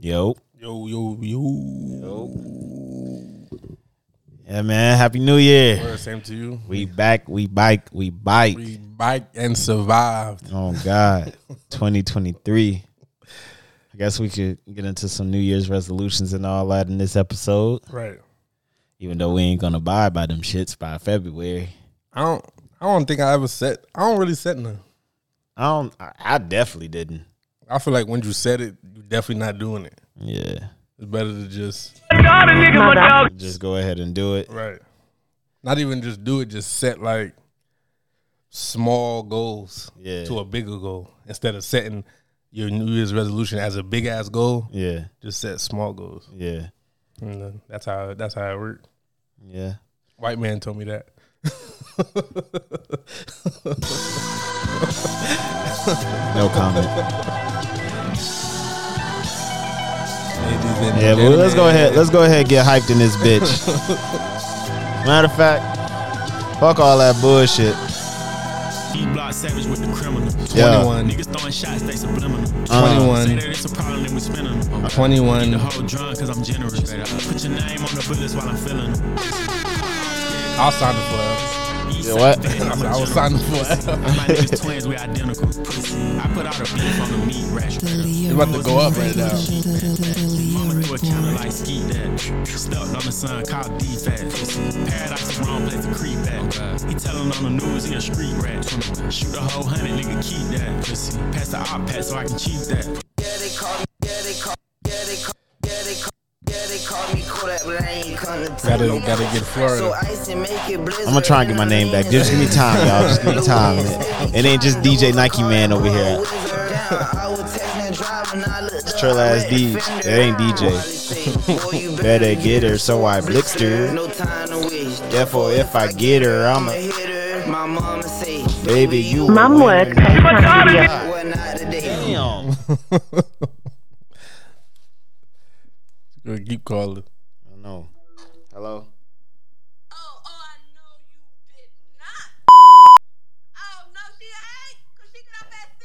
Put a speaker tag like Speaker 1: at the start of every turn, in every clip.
Speaker 1: Yo.
Speaker 2: Yo, yo, yo.
Speaker 1: Yeah, man. Happy New Year.
Speaker 2: Word, Same to you.
Speaker 1: We back. We bike. We bike.
Speaker 2: We biked and survived.
Speaker 1: Oh God, 2023. I guess we could get into some New Year's resolutions and all that in this episode.
Speaker 2: Right.
Speaker 1: Even though we ain't gonna buy by them shits by February.
Speaker 2: I don't. I don't think I ever set. I don't really set none.
Speaker 1: I don't. I, I definitely didn't.
Speaker 2: I feel like when you set it, you're definitely not doing it.
Speaker 1: Yeah.
Speaker 2: It's better to just
Speaker 1: Just go ahead and do it.
Speaker 2: right. Not even just do it. Just set like small goals
Speaker 1: Yeah.
Speaker 2: to a bigger goal instead of setting your New Year's resolution as a big ass goal.
Speaker 1: Yeah.
Speaker 2: Just set small goals.
Speaker 1: Yeah.
Speaker 2: And uh, that's how. That's how it worked.
Speaker 1: Yeah.
Speaker 2: White man told me that.
Speaker 1: No comment.
Speaker 2: Ladies and
Speaker 1: Yeah, but let's go
Speaker 2: gentlemen.
Speaker 1: ahead. Let's go ahead and get hyped in this bitch. Matter of fact, fuck all that bullshit.
Speaker 3: E block savage with the criminal.
Speaker 1: Yeah. Uh-huh.
Speaker 2: 21.
Speaker 3: Niggas throwing shots, they subliminal. Say
Speaker 2: 21.
Speaker 3: that it's a problem, then we spinning.
Speaker 2: Uh,
Speaker 3: them. The
Speaker 2: 21.
Speaker 3: whole drunk, cause I'm generous. Put your name on the bullets while I'm feeling. them.
Speaker 2: I'll sign the flag.
Speaker 3: East
Speaker 1: Yeah, what?
Speaker 3: side fed, E I'm a
Speaker 2: I was
Speaker 3: general.
Speaker 2: signing for it.
Speaker 3: My niggas twins, we identical. Pussy. I put out a beef on the meat ration.
Speaker 2: It's about to go up right now.
Speaker 3: Mama threw a counter like ski that. Stuck on the sun, called defense. Paradise is wrong place to creep at. He tellin' on the news he a street rat. Shoot a whole hundred, nigga, keep that. Pussy. Pass the op pad so I can cheat that.
Speaker 2: Gotta-
Speaker 4: Gotta,
Speaker 2: gotta get Florida.
Speaker 4: I'm
Speaker 1: I'm gonna try and get my name back. Just give me time, y'all. Just give me time. Man. It ain't just DJ Nike Man over here.
Speaker 4: Trill ass DJ. It ain't DJ. Better get her, so I blitzed her. Therefore, if I get her, I'm a My mama say,
Speaker 1: Baby, you.
Speaker 5: Mom
Speaker 1: a
Speaker 5: work.
Speaker 1: winner.
Speaker 4: what not today?
Speaker 1: Damn. I
Speaker 2: We'll keep calling.
Speaker 1: don't know. Hello.
Speaker 6: Oh, oh, I know you did not. Oh, no, she ain't. Because she get up at 6.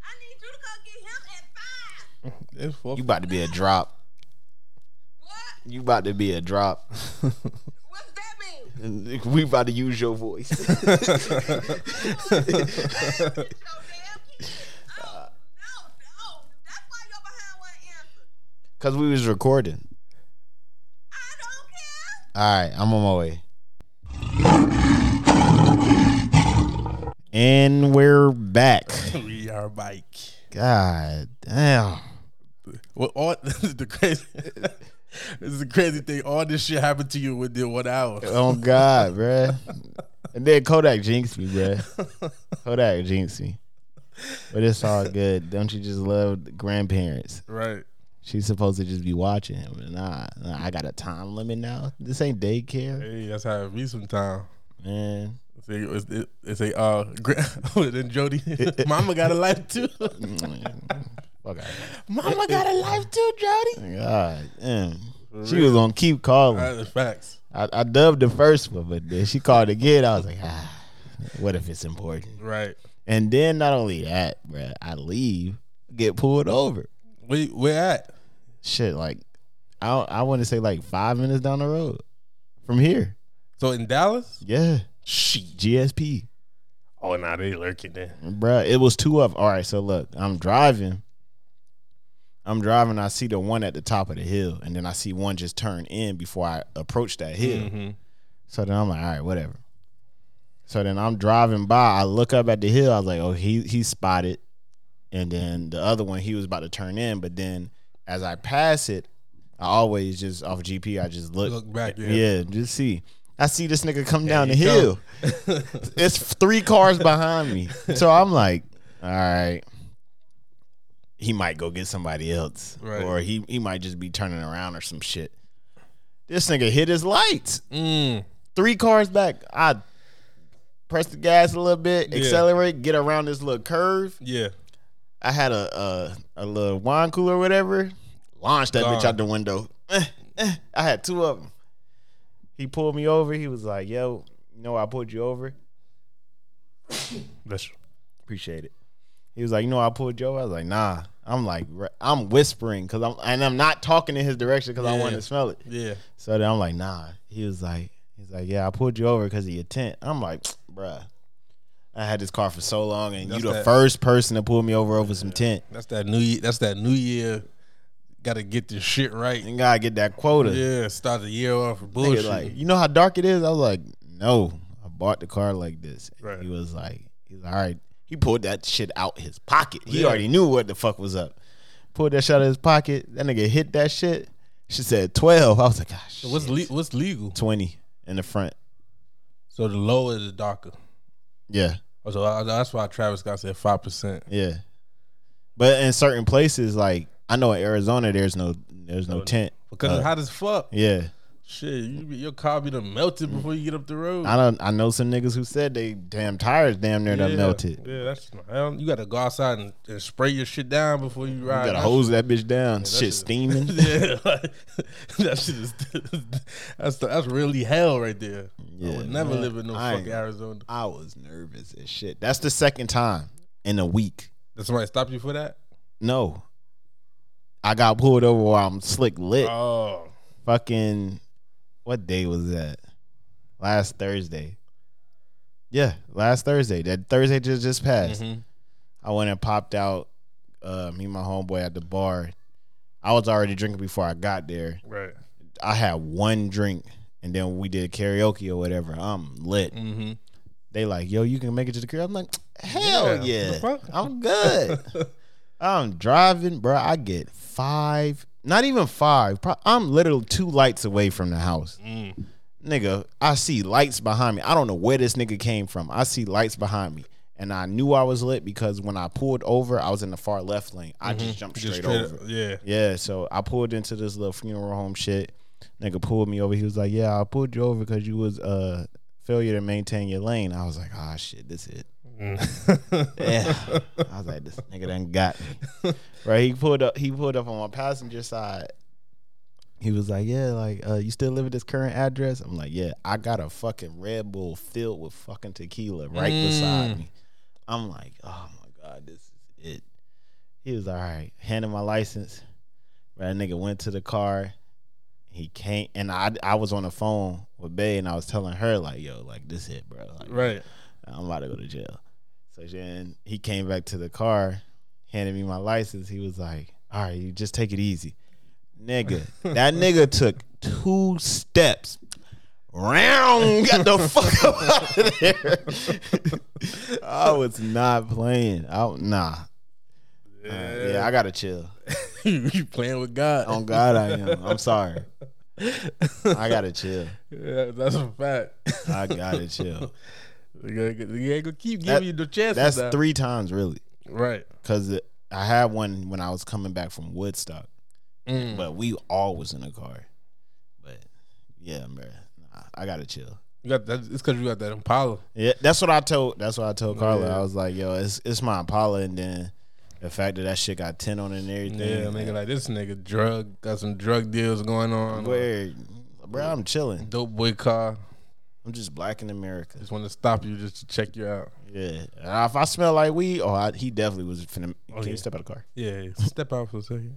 Speaker 6: I need you to go get him at
Speaker 2: It's
Speaker 6: 5.
Speaker 2: four.
Speaker 1: You about to be a drop.
Speaker 6: What?
Speaker 1: You about to be a drop.
Speaker 6: What's that mean?
Speaker 1: We about to use your voice.
Speaker 6: Get your damn kid. Oh, no, no. That's why your behind won't answer.
Speaker 1: Cause we was recording.
Speaker 6: I don't care.
Speaker 1: All right, I'm on my way. And we're back.
Speaker 2: we are bike.
Speaker 1: God damn.
Speaker 2: Well, all this is the crazy. this is the crazy thing. All this shit happened to you within one hour.
Speaker 1: Oh God, bruh. And then Kodak jinxed me, bruh. Kodak jinxed me. But it's all good. Don't you just love the grandparents?
Speaker 2: Right.
Speaker 1: She's supposed to just be watching him. Nah, nah, I got a time limit now. This ain't daycare,
Speaker 2: Hey, that's how it be sometimes.
Speaker 1: man.
Speaker 2: It's a, it's, it- it's a uh, gra- oh, then Jody, Mama got a life too.
Speaker 1: Fuck out.
Speaker 2: Mama got a life too, Jody.
Speaker 1: God damn. She was gonna keep calling.
Speaker 2: That's facts.
Speaker 1: I, I dubbed the first one, but then she called again. I was like, ah, what if it's important?
Speaker 2: Right.
Speaker 1: And then not only that, bruh, I leave, get pulled over.
Speaker 2: Where where at?
Speaker 1: Shit, like I I want to say like five minutes down the road from here.
Speaker 2: So in Dallas?
Speaker 1: Yeah,
Speaker 2: She.
Speaker 1: GSP,
Speaker 2: Oh, now nah, they lurking there.
Speaker 1: bruh. It was two of. All right, so look, I'm driving. I'm driving. I see the one at the top of the hill, and then I see one just turn in before I approach that hill.
Speaker 2: Mm-hmm.
Speaker 1: So then I'm like, all right, whatever. So then I'm driving by. I look up at the hill. I was like, oh, he he spotted. And then the other one, he was about to turn in. But then as I pass it, I always just off GP, I just look.
Speaker 2: Look back, yeah.
Speaker 1: Yeah, just see. I see this nigga come down the
Speaker 2: you
Speaker 1: hill. it's three cars behind me. So I'm like, all right. He might go get somebody else.
Speaker 2: Right.
Speaker 1: Or he, he might just be turning around or some shit. This nigga hit his lights
Speaker 2: Mm.
Speaker 1: three cars back. I press the gas a little bit,
Speaker 2: Yeah.
Speaker 1: accelerate, get around this little curve.
Speaker 2: Yeah.
Speaker 1: I had a a, a little wine cooler, or whatever. Launched that bitch
Speaker 2: Gone.
Speaker 1: out the window. Eh, eh. I had two of them. He pulled me over. He was like, "Yo, you know why I pulled you over?
Speaker 2: Bless you.
Speaker 1: Appreciate it." He was like, "You know why I pulled you over?" I was like, "Nah, I'm like, re- I'm whispering because I'm and I'm not talking in his direction because I
Speaker 2: Yeah.
Speaker 1: want to smell it.
Speaker 2: Yeah.
Speaker 1: So then I'm like, nah. He was like, he's like, yeah, I pulled you over because of your tent. I'm like, bruh, I had this car for so long, and
Speaker 2: That's
Speaker 1: you the
Speaker 2: that-
Speaker 1: first person to pull me over over some tent.
Speaker 2: That's that new year. That's that new year. Got to get this shit right.
Speaker 1: You gotta get that quota.
Speaker 2: Yeah, start the year off with
Speaker 1: Nigga,
Speaker 2: bullshit.
Speaker 1: like, you know how dark it is? I was like, no, I bought the car like this.
Speaker 2: Right.
Speaker 1: He was like, he's like, all right. He pulled that shit out his pocket. He
Speaker 2: Yeah.
Speaker 1: already knew what the fuck was up. Pulled that shit out of his pocket. That nigga hit that shit. She said twelve. I was like, gosh,
Speaker 2: what's le- what's legal?
Speaker 1: twenty in the front?
Speaker 2: So the lower the darker.
Speaker 1: Yeah,
Speaker 2: Oh, So I, that's why Travis Scott said five percent.
Speaker 1: yeah. But in certain places, like I know in Arizona, there's no there's no tent.
Speaker 2: Because
Speaker 1: Uh,
Speaker 2: it's hot as fuck.
Speaker 1: Yeah,
Speaker 2: Shit, you, be- your car be done melted before you get up the road.
Speaker 1: I don't. I know some niggas who said they damn tires damn near done melted.
Speaker 2: Yeah, that's I don't- you got to go outside and, and spray your shit down before you ride.
Speaker 1: You gotta
Speaker 2: That
Speaker 1: hose that bitch down. shit
Speaker 2: shit-
Speaker 1: steaming.
Speaker 2: yeah, like, that shit is that's that's really hell right there. I
Speaker 1: Yeah,
Speaker 2: would never
Speaker 1: man.
Speaker 2: live in no
Speaker 1: I
Speaker 2: fucking
Speaker 1: ain't-
Speaker 2: Arizona.
Speaker 1: I was nervous as shit. That's the second time in a week.
Speaker 2: Did somebody stop you for that?
Speaker 1: No. I got pulled over while I'm slick lit.
Speaker 2: Oh,
Speaker 1: Fucking what day was that? Last Thursday. Yeah, last Thursday. That Thursday just just passed.
Speaker 2: Mhm.
Speaker 1: I went and popped out uh me and my homeboy at the bar. I was already drinking before I got there.
Speaker 2: right.
Speaker 1: I had one drink and then we did karaoke or whatever. I'm lit.
Speaker 2: Mm-hmm.
Speaker 1: they like, yo, you can make it to the crib. I'm like, hell
Speaker 2: Yeah,
Speaker 1: yeah,
Speaker 2: the fuck?
Speaker 1: I'm good. I'm driving, bro. I get five, not even five. Pro- I'm literally two lights away from the house,
Speaker 2: Mm.
Speaker 1: nigga. I see lights behind me. I don't know where this nigga came from. I see lights behind me, and I knew I was lit because when I pulled over, I was in the far left lane. I just jumped straight,
Speaker 2: Mm-hmm. Just
Speaker 1: over.
Speaker 2: Yeah.
Speaker 1: Yeah, so I pulled into this little funeral home shit. Nigga pulled me over. He was like, "Yeah, I pulled you over because you was uh failure to maintain your lane." I was like, "Ah, shit, this it." yeah, I was like, "This nigga done got me." Right? He pulled up. He pulled up on my passenger side. He was like, "Yeah, like uh, you still live at this current address?" I'm like, "Yeah, I got a fucking Red Bull filled with fucking tequila right beside me." I'm like, "Oh my god, this is it." He was all right. Handed my license. That nigga went to the car. He came and I I was on the phone with Bay and I was telling her like, yo, like this hit, bro. Like
Speaker 2: Right.
Speaker 1: I'm about to go to jail. So then he came back to the car, handed me my license. He was like, all right, you just take it easy. Nigga, that nigga took two steps. Round got the fuck up out of there. I was not playing. I nah. Uh, yeah, I gotta chill.
Speaker 2: you playing with God.
Speaker 1: On God, I am. I'm sorry. I gotta chill.
Speaker 2: Yeah, that's a fact.
Speaker 1: I gotta chill.
Speaker 2: You ain't gonna keep giving
Speaker 1: That-
Speaker 2: you the chances.
Speaker 1: That's
Speaker 2: now.
Speaker 1: three times really,
Speaker 2: Right.
Speaker 1: because I had one when I was coming back from Woodstock,
Speaker 2: Mm.
Speaker 1: but we all was in the car. But yeah, man, nah, I gotta chill.
Speaker 2: You got that. It's because you got that Impala.
Speaker 1: Yeah, that's what I told. That's what I told Carla.
Speaker 2: Yeah.
Speaker 1: I was like, yo, it's it's my Impala, and then the fact that that shit got ten on it and everything.
Speaker 2: Yeah, nigga, like this nigga drug got some drug deals going on.
Speaker 1: where, bro, I'm chilling.
Speaker 2: Dope boy car.
Speaker 1: I'm just black in America.
Speaker 2: Just want to stop you just to check you out.
Speaker 1: Yeah, and if I smell like weed, oh, I, he definitely was finna. can
Speaker 2: Oh, yeah.
Speaker 1: you step out of the car?
Speaker 2: Yeah, yeah. step out for a second.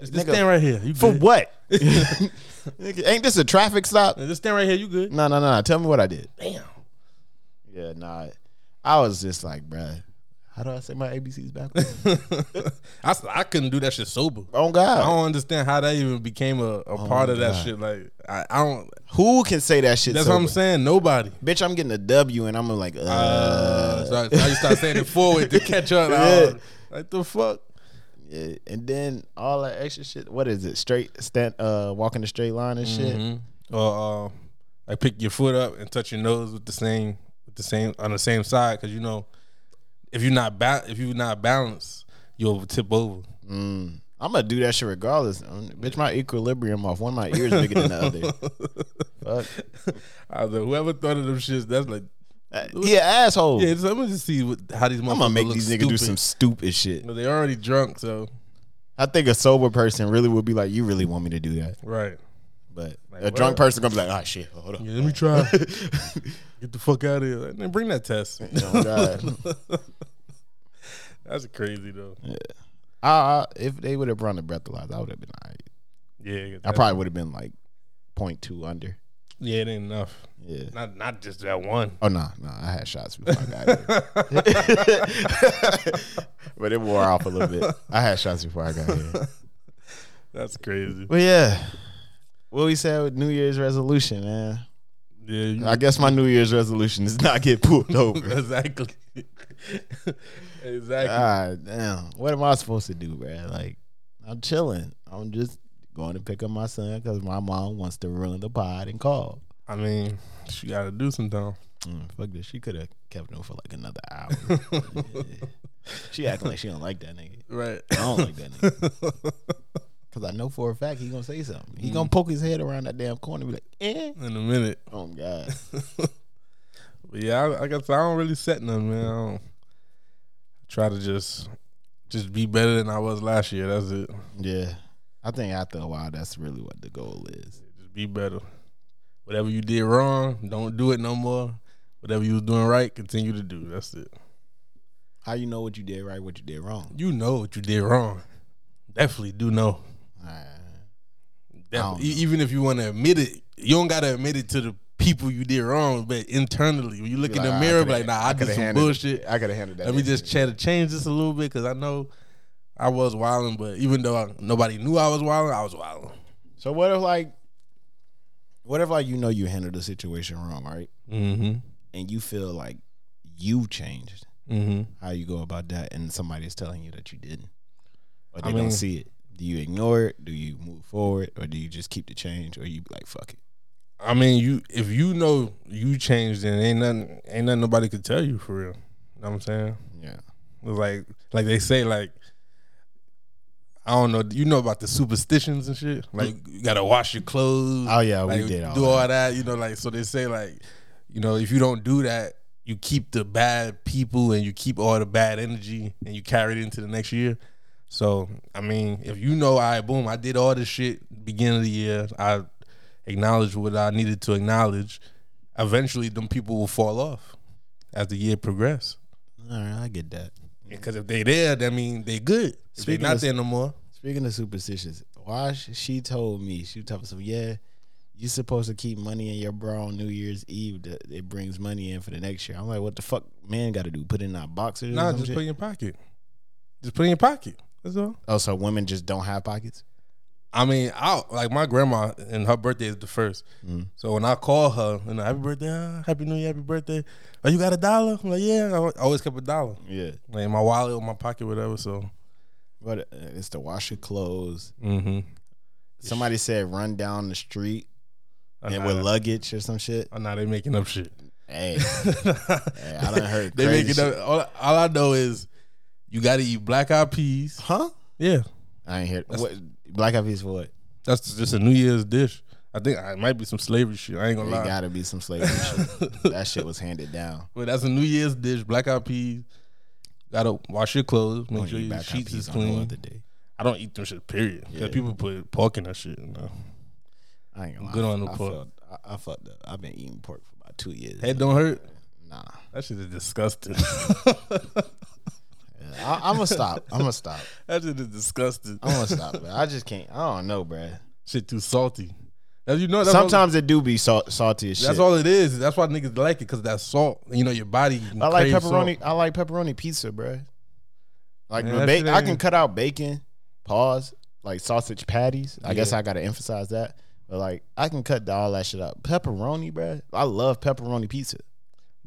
Speaker 2: Just, just
Speaker 1: Nigga,
Speaker 2: stand right here. You
Speaker 1: For
Speaker 2: good.
Speaker 1: what? Nigga, Ain't this a traffic stop?
Speaker 2: Just stand right here. You good?
Speaker 1: No, no, no, no. Tell me what I did.
Speaker 2: Damn.
Speaker 1: Yeah, nah. I was just like, bruh, how do I say my ABCs backwards?
Speaker 2: I, s- I couldn't do that shit sober.
Speaker 1: oh
Speaker 2: I
Speaker 1: God,
Speaker 2: don't understand how that even became a, a part of that shit. Like I, I don't.
Speaker 1: who can say that shit?
Speaker 2: That's what I'm
Speaker 1: sober?
Speaker 2: saying. Nobody.
Speaker 1: Bitch, I'm getting a W, and I'm like, uh,
Speaker 2: Uh, so I, so I used to start saying it forward to catch up.
Speaker 1: Yeah.
Speaker 2: Like the fuck.
Speaker 1: yeah. and then all that extra shit. What is it? Straight stand, uh, walking the straight line and shit.
Speaker 2: Mm-hmm. or uh, like pick your foot up and touch your nose with the same with the same on the same side because you know if you're not ba- if you're not balanced you'll tip over.
Speaker 1: I'm gonna do that shit regardless. Um, bitch, my equilibrium off. One of my ears bigger than the other. Fuck.
Speaker 2: I was like, whoever thought of them shits, that's like
Speaker 1: Uh, He an asshole.
Speaker 2: yeah. So I'm gonna just see what, how these motherfuckers
Speaker 1: I'm gonna make
Speaker 2: look
Speaker 1: these niggas
Speaker 2: stupid.
Speaker 1: do some stupid shit.
Speaker 2: But they already drunk, so
Speaker 1: I think a sober person really would be like, "You really want me to do that?"
Speaker 2: right.
Speaker 1: But a
Speaker 2: what?
Speaker 1: drunk person gonna be like, "Ah, shit, hold up."
Speaker 2: Yeah, let me try. Get the fuck out of here. Like, man, bring that test.
Speaker 1: Oh, God.
Speaker 2: That's crazy though.
Speaker 1: I, I if they would have run the breathalyzer, I would have been all right.
Speaker 2: Yeah,
Speaker 1: I probably would have been like 0.2 under.
Speaker 2: yeah, it ain't enough.
Speaker 1: Yeah.
Speaker 2: Not not just that one.
Speaker 1: Oh no, no, I had shots before I got here. but it wore off a little bit. I had shots before I got here.
Speaker 2: That's crazy.
Speaker 1: But yeah. What we said with New Year's resolution, man.
Speaker 2: Yeah, you-
Speaker 1: I guess my New Year's resolution is not get pulled over.
Speaker 2: exactly. exactly.
Speaker 1: God damn. What am I supposed to do, bro? Like, I'm chilling. I'm just going to pick up my son because my mom wants to ruin the pod and call.
Speaker 2: I mean, she got to do something.
Speaker 1: Mm, fuck this. She could have kept him for like another hour. Yeah. She acting like she don't like that nigga.
Speaker 2: Right.
Speaker 1: I don't like that nigga. Cause I know for a fact he gonna say something. He gonna poke his head around that damn corner and be like, eh.
Speaker 2: In a minute.
Speaker 1: Oh my god.
Speaker 2: But yeah, I, I guess I don't really set nothing, man. I don't try to just just be better than I was last year. That's it.
Speaker 1: Yeah. I think after a while that's really what the goal is.
Speaker 2: Just be better. Whatever you did wrong, don't do it no more. Whatever you was doing right, continue to do. That's it.
Speaker 1: How you know what you did right, what you did wrong.
Speaker 2: You know what you did wrong. Definitely do know.
Speaker 1: Alright. know.
Speaker 2: Definitely. E- Even if you want to admit it, you don't gotta admit it to the people you did wrong. But internally, when you look
Speaker 1: Be
Speaker 2: in
Speaker 1: like,
Speaker 2: the
Speaker 1: I
Speaker 2: mirror,
Speaker 1: coulda-
Speaker 2: be like, nah, I,
Speaker 1: coulda
Speaker 2: did some
Speaker 1: handled-
Speaker 2: bullshit.
Speaker 1: I could have handled that.
Speaker 2: Let me just
Speaker 1: differently.
Speaker 2: try to change this a little bit because I know I was wilding, but even though I, nobody knew I was wilding, I was wilding.
Speaker 1: So what if like what if like you know you handled the situation wrong, right?
Speaker 2: Mm-hmm.
Speaker 1: And you feel like you changed.
Speaker 2: Mm-hmm.
Speaker 1: How you go about that and somebody is telling you that you didn't. Or they
Speaker 2: I
Speaker 1: don't
Speaker 2: mean-
Speaker 1: see it. Do you ignore it? Do you move forward? Or do you just keep the change? Or you be like, fuck it.
Speaker 2: I mean, you if you know you changed, then ain't nothing ain't nothing nobody could tell you for real. You know what I'm saying?
Speaker 1: Yeah.
Speaker 2: It's like like they say like I don't know. You know about the superstitions and shit. Like you gotta wash your clothes.
Speaker 1: Oh, yeah, we
Speaker 2: like,
Speaker 1: did all
Speaker 2: do all that. You know, like so they say like you know if you don't do that, you keep the bad people and you keep all the bad energy and you carry it into the next year. So I mean, if you know, I boom, I did all this shit beginning of the year. I acknowledged what I needed to acknowledge. Eventually, them people will fall off as the year progresses.
Speaker 1: All right, I get that.
Speaker 2: Because if they there, that mean they good. If they
Speaker 1: Speaking
Speaker 2: not
Speaker 1: of-
Speaker 2: there no more.
Speaker 1: Speaking of superstitions, why sh- she told me she told us, yeah, you supposed to keep money in your bra on New Year's Eve. That it brings money in for the next year. I'm like, what the fuck, man? Got to do put it in our boxers?
Speaker 2: Nah,
Speaker 1: Nah,
Speaker 2: just put in your pocket. Just put in your pocket. That's all.
Speaker 1: oh, so women just don't have pockets?
Speaker 2: I mean, I like my grandma and her birthday is the first. So when I call her and happy birthday, ah, happy new year, happy birthday. Oh, you got a dollar? I'm like, yeah, I al- I always kept a dollar.
Speaker 1: Yeah,
Speaker 2: Like in my wallet or my pocket, whatever. So
Speaker 1: but uh, it's to wash your clothes.
Speaker 2: mm-hmm.
Speaker 1: Somebody said run down the street and with luggage or some shit.
Speaker 2: Oh, nah, they making up shit.
Speaker 1: Hey,
Speaker 2: hey,
Speaker 1: I done heard
Speaker 2: they
Speaker 1: crazy
Speaker 2: making up. All, all I know is you got to eat black eyed peas.
Speaker 1: huh?
Speaker 2: Yeah,
Speaker 1: I ain't hear what black eyed peas for what?
Speaker 2: That's just a New Year's dish. I think it might be some slavery shit. I ain't gonna
Speaker 1: It
Speaker 2: lie.
Speaker 1: gotta be some slavery shit. That shit was handed down.
Speaker 2: But that's a New Year's dish. Black eyed peas. Gotta wash your clothes. Make
Speaker 1: Don't
Speaker 2: sure
Speaker 1: eat Oh,
Speaker 2: your
Speaker 1: black eyed
Speaker 2: sheets
Speaker 1: peas
Speaker 2: is
Speaker 1: on no
Speaker 2: clean.
Speaker 1: other day.
Speaker 2: I don't eat them shit. Period. Because people put pork in that shit. You know?
Speaker 1: I ain't gonna lie.
Speaker 2: Good on the
Speaker 1: I
Speaker 2: pork.
Speaker 1: felt- I, I fucked up. I've been eating pork for about two years.
Speaker 2: Head don't hurt.
Speaker 1: Nah,
Speaker 2: That shit is disgusting.
Speaker 1: I, I'm gonna stop. I'm gonna stop.
Speaker 2: that shit is disgusting.
Speaker 1: I'm gonna stop. Man. I just can't. I don't know, bruh.
Speaker 2: shit too salty. As you know, that's all-
Speaker 1: Sometimes it do be salt, salty as shit.
Speaker 2: that's all it is. That's why niggas like it because that salt. You know, your body.
Speaker 1: I like
Speaker 2: craves salt.
Speaker 1: pepperoni. I like pepperoni pizza, bruh. Like
Speaker 2: Man,
Speaker 1: the
Speaker 2: that
Speaker 1: ba-
Speaker 2: shit
Speaker 1: I
Speaker 2: ain't-
Speaker 1: can cut out bacon. Pause. Like sausage patties. I guess
Speaker 2: Yeah.
Speaker 1: I gotta emphasize that. But like I can cut all that shit out. Pepperoni, bruh. I love pepperoni pizza.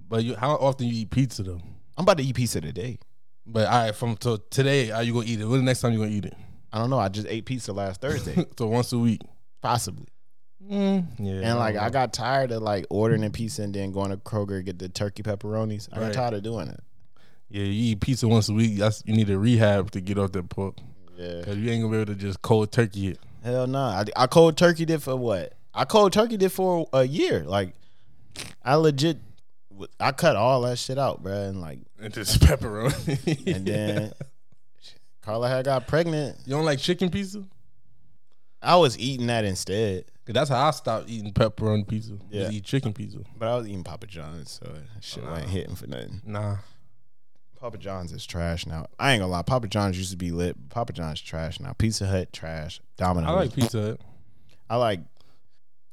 Speaker 2: But you, how often you eat pizza though?
Speaker 1: I'm about to eat pizza today.
Speaker 2: But all right, from to today, are you gonna eat it? When the next time you gonna eat it?
Speaker 1: I don't know. I just ate pizza last Thursday,
Speaker 2: so once a week.
Speaker 1: possibly.
Speaker 2: Mm, yeah.
Speaker 1: And like I got tired of like ordering a pizza and then going to Kroger and get the turkey pepperonis. I got
Speaker 2: Right.
Speaker 1: tired of doing it.
Speaker 2: yeah, you eat pizza once a week. That's you need a rehab to get off that pork.
Speaker 1: Yeah.
Speaker 2: Cause you ain't gonna be able to just cold turkey it.
Speaker 1: Hell no. I, I cold turkey did for what? I cold turkey did for a year. Like I legit I cut all that shit out, bruh. And like
Speaker 2: And just pepperoni.
Speaker 1: and then Carla had got pregnant.
Speaker 2: you don't like chicken pizza? 'Cause
Speaker 1: I was eating that instead.
Speaker 2: that's how I stopped eating pepperoni pizza.
Speaker 1: Yeah.
Speaker 2: Just eat chicken pizza.
Speaker 1: But I was eating Papa John's, so that shit wasn't hitting for nothing.
Speaker 2: Nah.
Speaker 1: Papa John's is trash now. I ain't gonna lie. Papa John's used to be lit. but Papa John's trash now. Pizza Hut trash. Domino's.
Speaker 2: I like Pizza Hut.
Speaker 1: I like.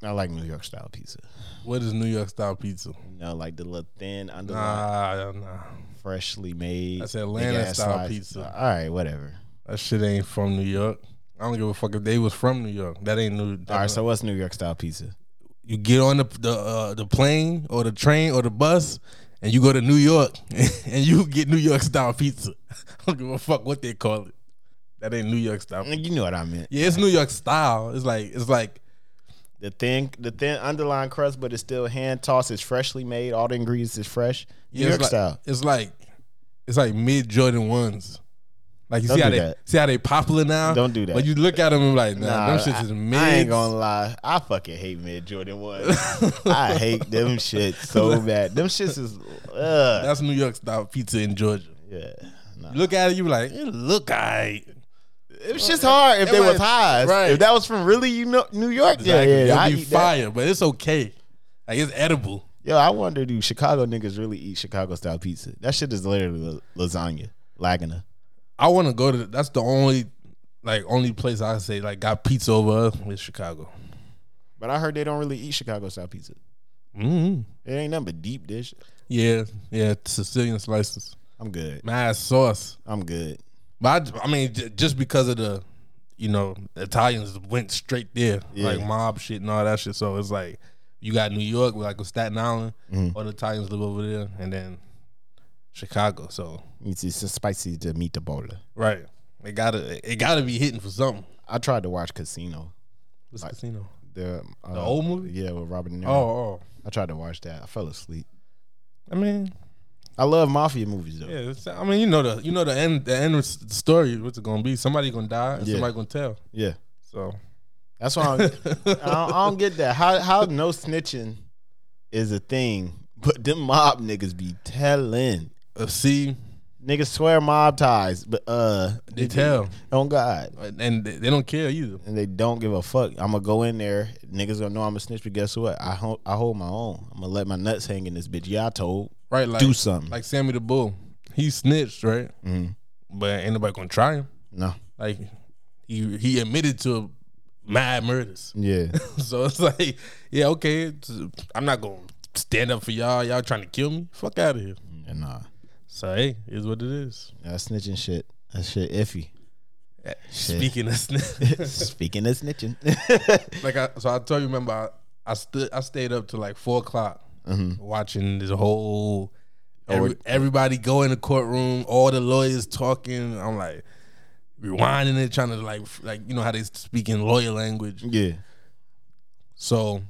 Speaker 1: I like New York style pizza.
Speaker 2: What is New York style pizza?
Speaker 1: You know, like the little thin underline,
Speaker 2: Nah, nah.
Speaker 1: freshly made.
Speaker 2: That's Atlanta
Speaker 1: big-ass
Speaker 2: style
Speaker 1: slice.
Speaker 2: pizza.
Speaker 1: All right, whatever.
Speaker 2: That shit ain't from New York. I don't give a fuck if they was from New York. That ain't New.
Speaker 1: All right, so what's New York style pizza?
Speaker 2: you get on the the uh, the plane or the train or the bus and you go to New York and you get New York style pizza. I don't give a fuck what they call it. That ain't New York style.
Speaker 1: You know what I meant.
Speaker 2: Yeah, it's New York style. It's like it's like
Speaker 1: The thin, the thin underlying crust, but it's still hand tossed. It's freshly made. All the ingredients is fresh. New
Speaker 2: yeah,
Speaker 1: York
Speaker 2: it's like,
Speaker 1: style.
Speaker 2: It's like it's like mid Jordan ones. Like you
Speaker 1: Don't
Speaker 2: see how
Speaker 1: do
Speaker 2: they
Speaker 1: that.
Speaker 2: see how they popular now.
Speaker 1: Don't do that.
Speaker 2: But you look at them and like, nah,
Speaker 1: Nah,
Speaker 2: them shits is mid.
Speaker 1: I ain't gonna lie. I fucking hate mid Jordan ones. I hate them shit so bad. Them shits is uh
Speaker 2: That's New York style pizza in Georgia.
Speaker 1: yeah. Nah.
Speaker 2: Look at it, you be like, it look alright.
Speaker 1: It's just hard if they was
Speaker 2: was-
Speaker 1: highs.
Speaker 2: right.
Speaker 1: If that was from really you know New York,
Speaker 2: Exactly.
Speaker 1: yeah, yeah. I
Speaker 2: It'll be
Speaker 1: eat that.
Speaker 2: fire, but it's okay. Like it's edible.
Speaker 1: Yo, I wonder do Chicago niggas really eat Chicago style pizza? That shit is literally la- lasagna, lagana.
Speaker 2: I want to go to. That's the only, like, only place I say like got pizza over us is Chicago.
Speaker 1: But I heard they don't really eat Chicago style pizza.
Speaker 2: mm
Speaker 1: It ain't nothing but deep dish.
Speaker 2: Yeah, yeah, Sicilian slices,
Speaker 1: I'm good.
Speaker 2: mad sauce.
Speaker 1: I'm good.
Speaker 2: But I, I mean, j- just because of the, you know, Italians went straight there,
Speaker 1: Yeah.
Speaker 2: like mob shit and all that shit. So it's like you got New York, like with Staten Island,
Speaker 1: Mm-hmm.
Speaker 2: all the Italians live over there, and then Chicago. So
Speaker 1: It's, it's spicy to meet the bowler.
Speaker 2: right, it gotta it gotta be hitting for something.
Speaker 1: I tried to watch Casino.
Speaker 2: What's casino?
Speaker 1: The, uh,
Speaker 2: The old movie?
Speaker 1: Yeah, with Robert De Niro.
Speaker 2: Oh, oh.
Speaker 1: I tried to watch that. I fell asleep.
Speaker 2: I mean,
Speaker 1: I love mafia movies though.
Speaker 2: yeah. It's, I mean, you know the you know the end the end s- story. What's it gonna be? Somebody gonna die. And
Speaker 1: Yeah.
Speaker 2: Somebody gonna tell.
Speaker 1: Yeah.
Speaker 2: So
Speaker 1: That's why I don't, I don't- I don't get that. How how no snitching is a thing, but them mob niggas be telling.
Speaker 2: uh, see,
Speaker 1: Niggas swear mob ties, but uh
Speaker 2: they tell,
Speaker 1: on God.
Speaker 2: and they they don't care either.
Speaker 1: And they don't give a fuck. I'm gonna go in there. Niggas gonna know I'm a snitch, but guess what? I hold, I hold my own. I'm gonna let my nuts hang in this bitch. Yeah, I told.
Speaker 2: Right? Like
Speaker 1: Do something.
Speaker 2: Like Sammy the Bull, he snitched, right?
Speaker 1: Mhm.
Speaker 2: But ain't nobody gonna try him.
Speaker 1: No.
Speaker 2: Like he he admitted to mad murders.
Speaker 1: Yeah.
Speaker 2: So it's like, yeah, okay, it's- I'm not gonna stand up for y'all. Y'all trying to kill me? Fuck out of here.
Speaker 1: Yeah, nah.
Speaker 2: So hey, is what it is.
Speaker 1: That uh, snitching shit. That shit iffy. Shit.
Speaker 2: Speaking of snitch.
Speaker 1: Speaking of snitching.
Speaker 2: like I so I told you remember I, I stood I stayed up till like four o'clock watching this whole every, everybody go in the courtroom, all the lawyers talking. I'm like rewinding it, trying to like f- like you know how they speak in lawyer language.
Speaker 1: yeah.
Speaker 2: So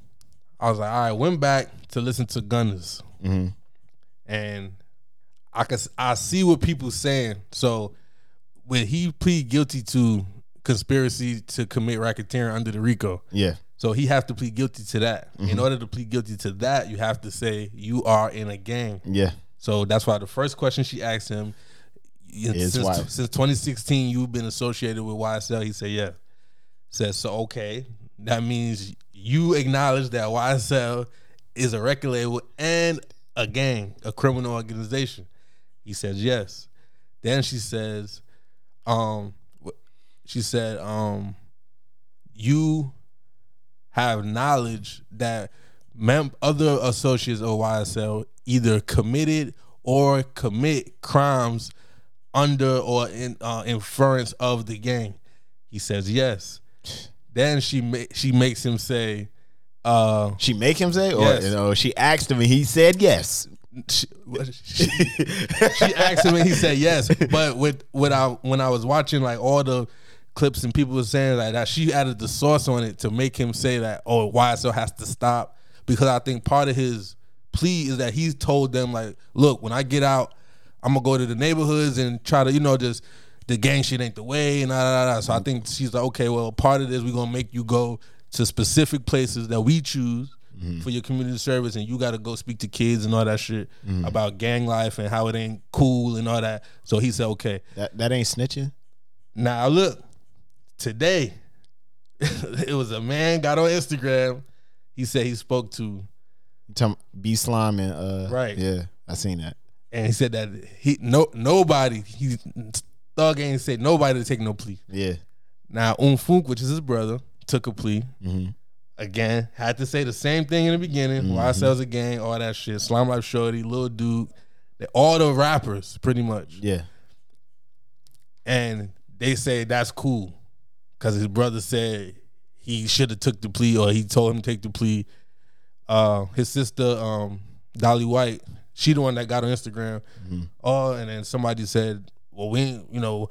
Speaker 2: I was like, all right, went back to listen to Gunners,
Speaker 1: Mhm.
Speaker 2: and I could I see what people saying. So when he plead guilty to conspiracy to commit racketeering under the RICO,
Speaker 1: Yeah.
Speaker 2: so he has to plead guilty to that. In order to plead guilty to that, you have to say you are in a gang.
Speaker 1: Yeah.
Speaker 2: So that's why the first question she asked him y-
Speaker 1: Is
Speaker 2: since,
Speaker 1: why-
Speaker 2: since 2016 you've been associated with YSL. He said, "Yeah." Says so. Okay, that means you acknowledge that YSL is a record label and a gang, a criminal organization. He says yes. Then she says, um, wh- she said, um, you have knowledge that mem- other associates of YSL either committed or commit crimes under or in uh, inference of the gang. He says yes. Then she ma- she makes him say, uh,
Speaker 1: She make him say, or
Speaker 2: Yes.
Speaker 1: you know, she asked him and he said yes.
Speaker 2: she, what- she, she asked him and he said yes. But with when I when I was watching like all the clips and people were saying like that, she added the sauce on it to make him say that oh YSL has to stop because I think part of his plea is that he's told them like look when I get out I'm gonna go to the neighborhoods and try to you know just the gang shit ain't the way and da, da, da, da. so I think she's like okay well part of this we're gonna make you go to specific places that we choose for your community service and you got to go speak to kids and all that shit about gang life and how it ain't cool and all that. So he said, okay.
Speaker 1: That that ain't snitching.
Speaker 2: Now look, today it was a man got on Instagram. He said he spoke to
Speaker 1: Tell B slime and uh
Speaker 2: Right.
Speaker 1: Yeah, I seen that.
Speaker 2: and he said that he no nobody he thug ain't said nobody to take no plea.
Speaker 1: Yeah.
Speaker 2: Now Unfunk, which is his brother, took a plea.
Speaker 1: hmm
Speaker 2: Again, had to say the same thing in the beginning. mm sells a gang, all that shit. Slime Life Shorty, Lil Dude, they- all the rappers, pretty much.
Speaker 1: Yeah.
Speaker 2: And they say that's cool. Cause his brother said he should have took the plea or he told him to take the plea. Uh his sister, um, Dolly White, she the one that got on Instagram. Oh, and then somebody said, Well, we ain't, you know,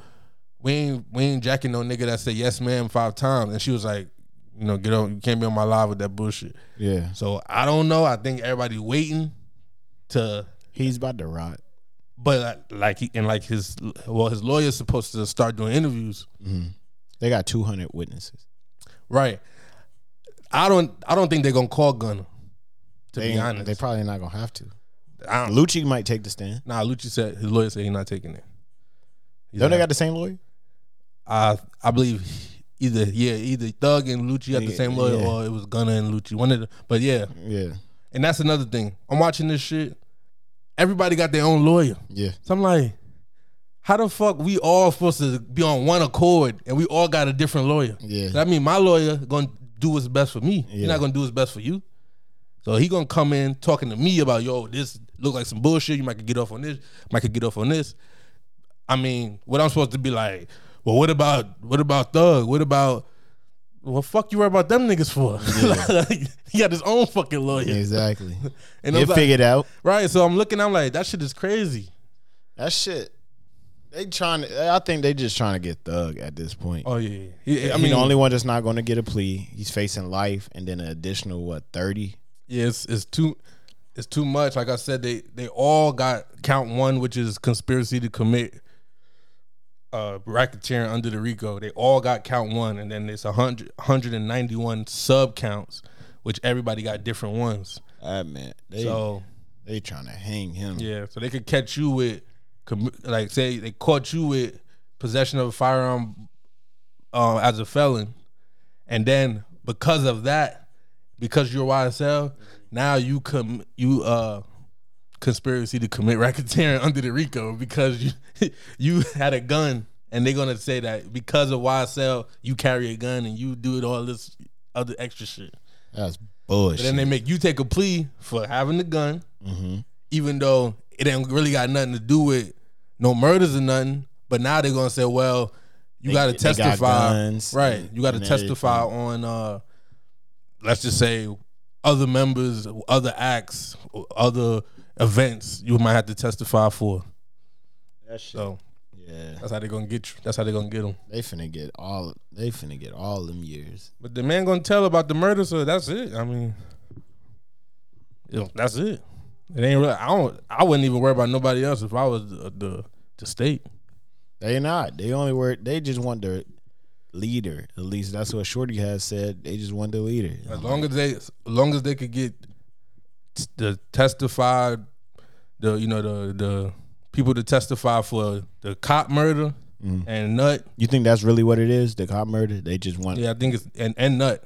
Speaker 2: we ain't we ain't jacking no nigga that said yes ma'am five times. And she was like, you know, get on you can't be on my live with that bullshit.
Speaker 1: Yeah.
Speaker 2: So I don't know. I think everybody waiting to
Speaker 1: He's about to rot.
Speaker 2: but like he and like his well, his lawyer's supposed to start doing interviews.
Speaker 1: They got 200 witnesses.
Speaker 2: Right. I don't. I don't think they're gonna call Gunner. To
Speaker 1: They,
Speaker 2: be
Speaker 1: ain't-
Speaker 2: honest,
Speaker 1: they probably not gonna have to.
Speaker 2: I don't,
Speaker 1: Lucci might take the stand.
Speaker 2: nah. Lucci said his lawyer said he's not taking it. He's
Speaker 1: Don't they
Speaker 2: not.
Speaker 1: got the same lawyer?
Speaker 2: I I believe either yeah either Thug and Lucci got the
Speaker 1: Yeah,
Speaker 2: same lawyer
Speaker 1: yeah.
Speaker 2: or it was Gunner and Lucci. One of the but yeah,
Speaker 1: Yeah.
Speaker 2: and that's another thing. I'm watching this shit. Everybody got their own lawyer.
Speaker 1: Yeah.
Speaker 2: So I'm like, how the fuck we all supposed to be on one accord and we all got a different lawyer?
Speaker 1: Yeah.
Speaker 2: That mean my lawyer gonna do what's best for me. He's
Speaker 1: Yeah.
Speaker 2: not gonna do what's best for you. So he gonna come in talking to me about yo, this look like some bullshit. You might could get off on this. Might could get off on this. I mean, what I'm supposed to be like? Well, what about what about Thug? What about well, fuck you worry about them niggas for? like, he got his own fucking lawyer.
Speaker 1: Exactly.
Speaker 2: And I'm
Speaker 1: They
Speaker 2: like-
Speaker 1: figured out.
Speaker 2: right, so I'm looking. I'm like, that shit is crazy.
Speaker 1: That shit. They trying to I think they just trying to get thug at this point.
Speaker 2: Oh yeah, yeah.
Speaker 1: I mean, the only one that's not going to get a plea, he's facing life and then an additional what thirty.
Speaker 2: yeah, it's, it's too, it's too much. Like I said, they they all got count one, which is conspiracy to commit uh racketeering under the RICO. They all got count one, and then it's 100, 191 sub counts, which everybody got different ones.
Speaker 1: I man, they
Speaker 2: So
Speaker 1: they trying to hang him.
Speaker 2: yeah, so they could catch you with, commi- like say they caught you with possession of a firearm uh, as a felon, and then because of that, because you're YSL, now you com you uh conspiracy to commit racketeering under the RICO because you you had a gun and they're gonna say that because of YSL you carry a gun and you do it all this other extra shit.
Speaker 1: That's
Speaker 2: But
Speaker 1: bullshit.
Speaker 2: then they make you take a plea for having the gun,
Speaker 1: Mhm.
Speaker 2: even though it ain't really got nothing to do with no murders or nothing. But now they're gonna say, well, you
Speaker 1: They-
Speaker 2: got to
Speaker 1: they got
Speaker 2: testify,
Speaker 1: guns
Speaker 2: right?
Speaker 1: and-
Speaker 2: You got to
Speaker 1: and
Speaker 2: testify on, uh, let's just say, other members, other acts, other events you might have to testify for.
Speaker 1: that shit.
Speaker 2: So
Speaker 1: Yeah,
Speaker 2: that's how they're gonna get you. That's how they're gonna get them.
Speaker 1: they finna get all. They finna get all them years.
Speaker 2: But the man gonna tell about the murder, so that's it. I mean, you know, that's it. It ain't really. I don't. I wouldn't even worry about nobody else if I was the the, the state.
Speaker 1: They not. They only were. They just want their leader. At least that's what Shorty has said. They just want the leader.
Speaker 2: As long as they, as long as they could get t- the testify, the you know the the people to testify for the cop murder and nut.
Speaker 1: You think that's really what it is? The cop murder. They just want.
Speaker 2: Yeah, I think it's and and nut.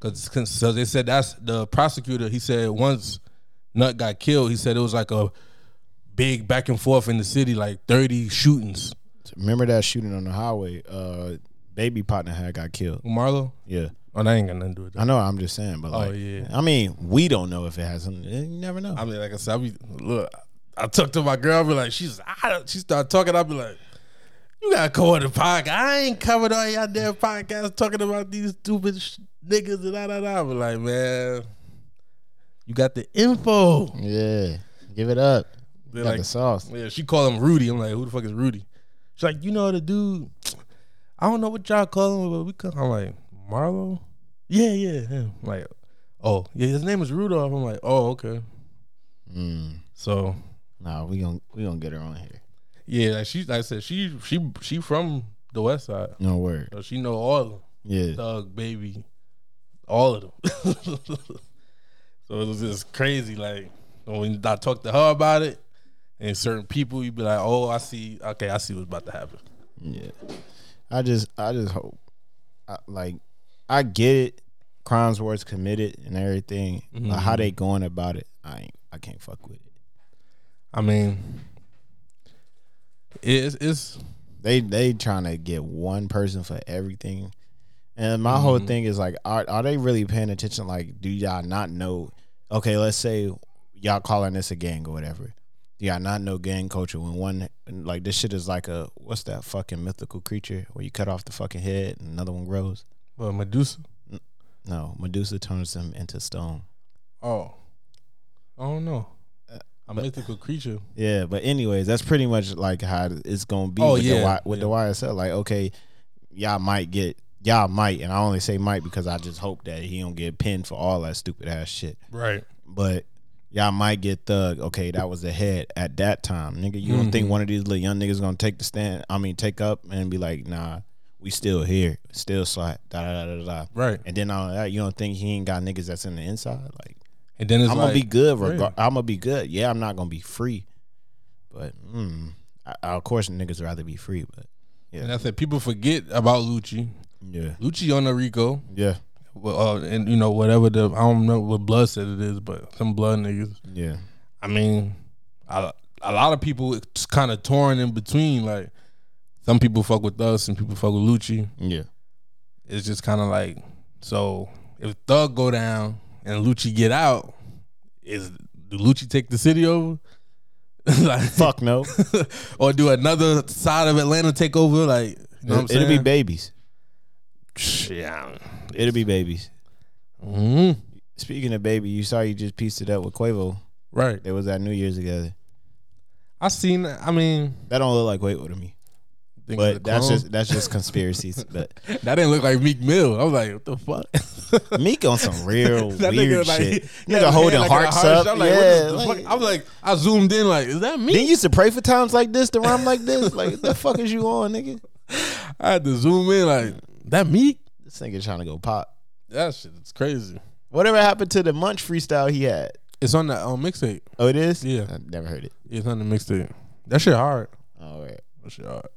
Speaker 2: Cause, 'cause- so they said that's the prosecutor. He said once Nut got killed, he said it was like a big back and forth in the city, like thirty shootings.
Speaker 1: Remember that shooting on the highway? Uh, baby partner had got killed.
Speaker 2: Marlo,
Speaker 1: Yeah.
Speaker 2: oh, that ain't got nothing to do with that.
Speaker 1: I know. I'm just saying, but like,
Speaker 2: Oh, yeah.
Speaker 1: I mean, we don't know if it has something. You never know.
Speaker 2: I mean, like I said, I be look. I talked to my girl. I be like, she's. I, she start talking. I be like, you gotta cover the podcast. I ain't covered all y'all damn podcasts talking about these stupid sh- niggas and da da da. I be like, man, you got the info.
Speaker 1: yeah, give it up.
Speaker 2: They're
Speaker 1: Got
Speaker 2: like,
Speaker 1: the sauce.
Speaker 2: yeah, she called him Rudy. I'm like, who the fuck is Rudy? She's like, you know the dude. I don't know what y'all call him, but we call. I'm like Marlo. Yeah, yeah. him. I'm like, oh yeah, his name is Rudolph. I'm like, oh okay.
Speaker 1: Mm.
Speaker 2: So
Speaker 1: Nah, we gonna we gonna get her on here.
Speaker 2: Yeah, like she, like I said, she she she from the West Side,
Speaker 1: No word.
Speaker 2: so she know all of them,
Speaker 1: Yeah.
Speaker 2: Thug Baby, all of them. so it was just crazy. Like when I talked to her about it, and certain people, you'd be like, "Oh, I see. Okay, I see what's about to happen."
Speaker 1: Yeah. I just I just hope I, like I get it. Crimes was committed and everything. But how they going about it, I ain't I can't fuck with it.
Speaker 2: I mean, it's it's
Speaker 1: They they trying to get one person for everything, and my whole thing is like, are are they really paying attention? Like, do y'all not know? Okay, let's say y'all calling this a gang or whatever. Do y'all not know gang culture when one like this shit is like a what's that fucking mythical creature where you cut off the fucking head and another one grows?
Speaker 2: well, Medusa.
Speaker 1: No, Medusa turns them into stone.
Speaker 2: Oh, I don't know. A mythical creature.
Speaker 1: Yeah, but anyways, that's pretty much like how it's gonna be
Speaker 2: Oh,
Speaker 1: with, the,
Speaker 2: yeah,
Speaker 1: Y- with the YSL. Like, okay, y'all might get y'all might, and I only say might because I just hope that he don't get pinned for all that stupid ass shit.
Speaker 2: Right.
Speaker 1: But y'all might get thug. Okay, that was the head at that time, nigga. You don't
Speaker 2: Mm-hmm.
Speaker 1: think one of these little young niggas gonna take the stand? I mean, take up and be like, nah, we still here, still slot, da da da da da.
Speaker 2: Right.
Speaker 1: And then all that, you don't think he ain't got niggas that's in the inside? Like,
Speaker 2: And then it's
Speaker 1: I'm
Speaker 2: like,
Speaker 1: gonna be good.
Speaker 2: yeah.
Speaker 1: Regar- I'm gonna be good. Yeah, I'm not gonna be free, but mm, I, I- of course niggas rather be free. But
Speaker 2: And I said people forget about Lucci.
Speaker 1: yeah,
Speaker 2: Lucci on the Rico,
Speaker 1: yeah,
Speaker 2: well, uh, and you know whatever the I don't remember what blood said it is, but some blood niggas.
Speaker 1: yeah,
Speaker 2: I mean, I, a lot of people it's kind of torn in between. Like some people fuck with us and people fuck with Lucci.
Speaker 1: yeah,
Speaker 2: It's just kind of like so if Thug go down and Lucci get out, is do Lucci take the city over? like,
Speaker 1: Fuck no,
Speaker 2: or do another side of Atlanta take over? Like you know what I'm
Speaker 1: It- it'll be
Speaker 2: saying?
Speaker 1: babies.
Speaker 2: Yeah.
Speaker 1: It'll be babies.
Speaker 2: hmm
Speaker 1: Speaking of baby, you saw you just pieced it up with Quavo.
Speaker 2: Right.
Speaker 1: They was at New Year's together.
Speaker 2: I seen. I mean,
Speaker 1: That don't look like Quavo to me,
Speaker 2: think of
Speaker 1: but
Speaker 2: the
Speaker 1: that's
Speaker 2: clone.
Speaker 1: just that's just conspiracies. But
Speaker 2: that didn't look like Meek Mill. I was like, what the fuck?
Speaker 1: Meek on some real
Speaker 2: That
Speaker 1: weird
Speaker 2: like,
Speaker 1: shit.
Speaker 2: he had
Speaker 1: Nigga
Speaker 2: his
Speaker 1: holding
Speaker 2: hand like
Speaker 1: hearts
Speaker 2: in a
Speaker 1: up.
Speaker 2: heart shape. I'm like, what
Speaker 1: yeah,
Speaker 2: is this
Speaker 1: like-
Speaker 2: fuck? I was like, I zoomed in. Like, is that
Speaker 1: then
Speaker 2: me?
Speaker 1: you used to pray for times like this to rhyme like this. Like, what the fuck is you on, nigga?
Speaker 2: I had to zoom in. Like, that Meek?
Speaker 1: This nigga trying to go pop.
Speaker 2: That shit is crazy.
Speaker 1: Whatever happened to the Munch freestyle he had?
Speaker 2: It's on that um, mixtape.
Speaker 1: Oh, it is.
Speaker 2: Yeah.
Speaker 1: I never heard it.
Speaker 2: It's on the mixtape. That shit hard.
Speaker 1: All right,
Speaker 2: That shit hard.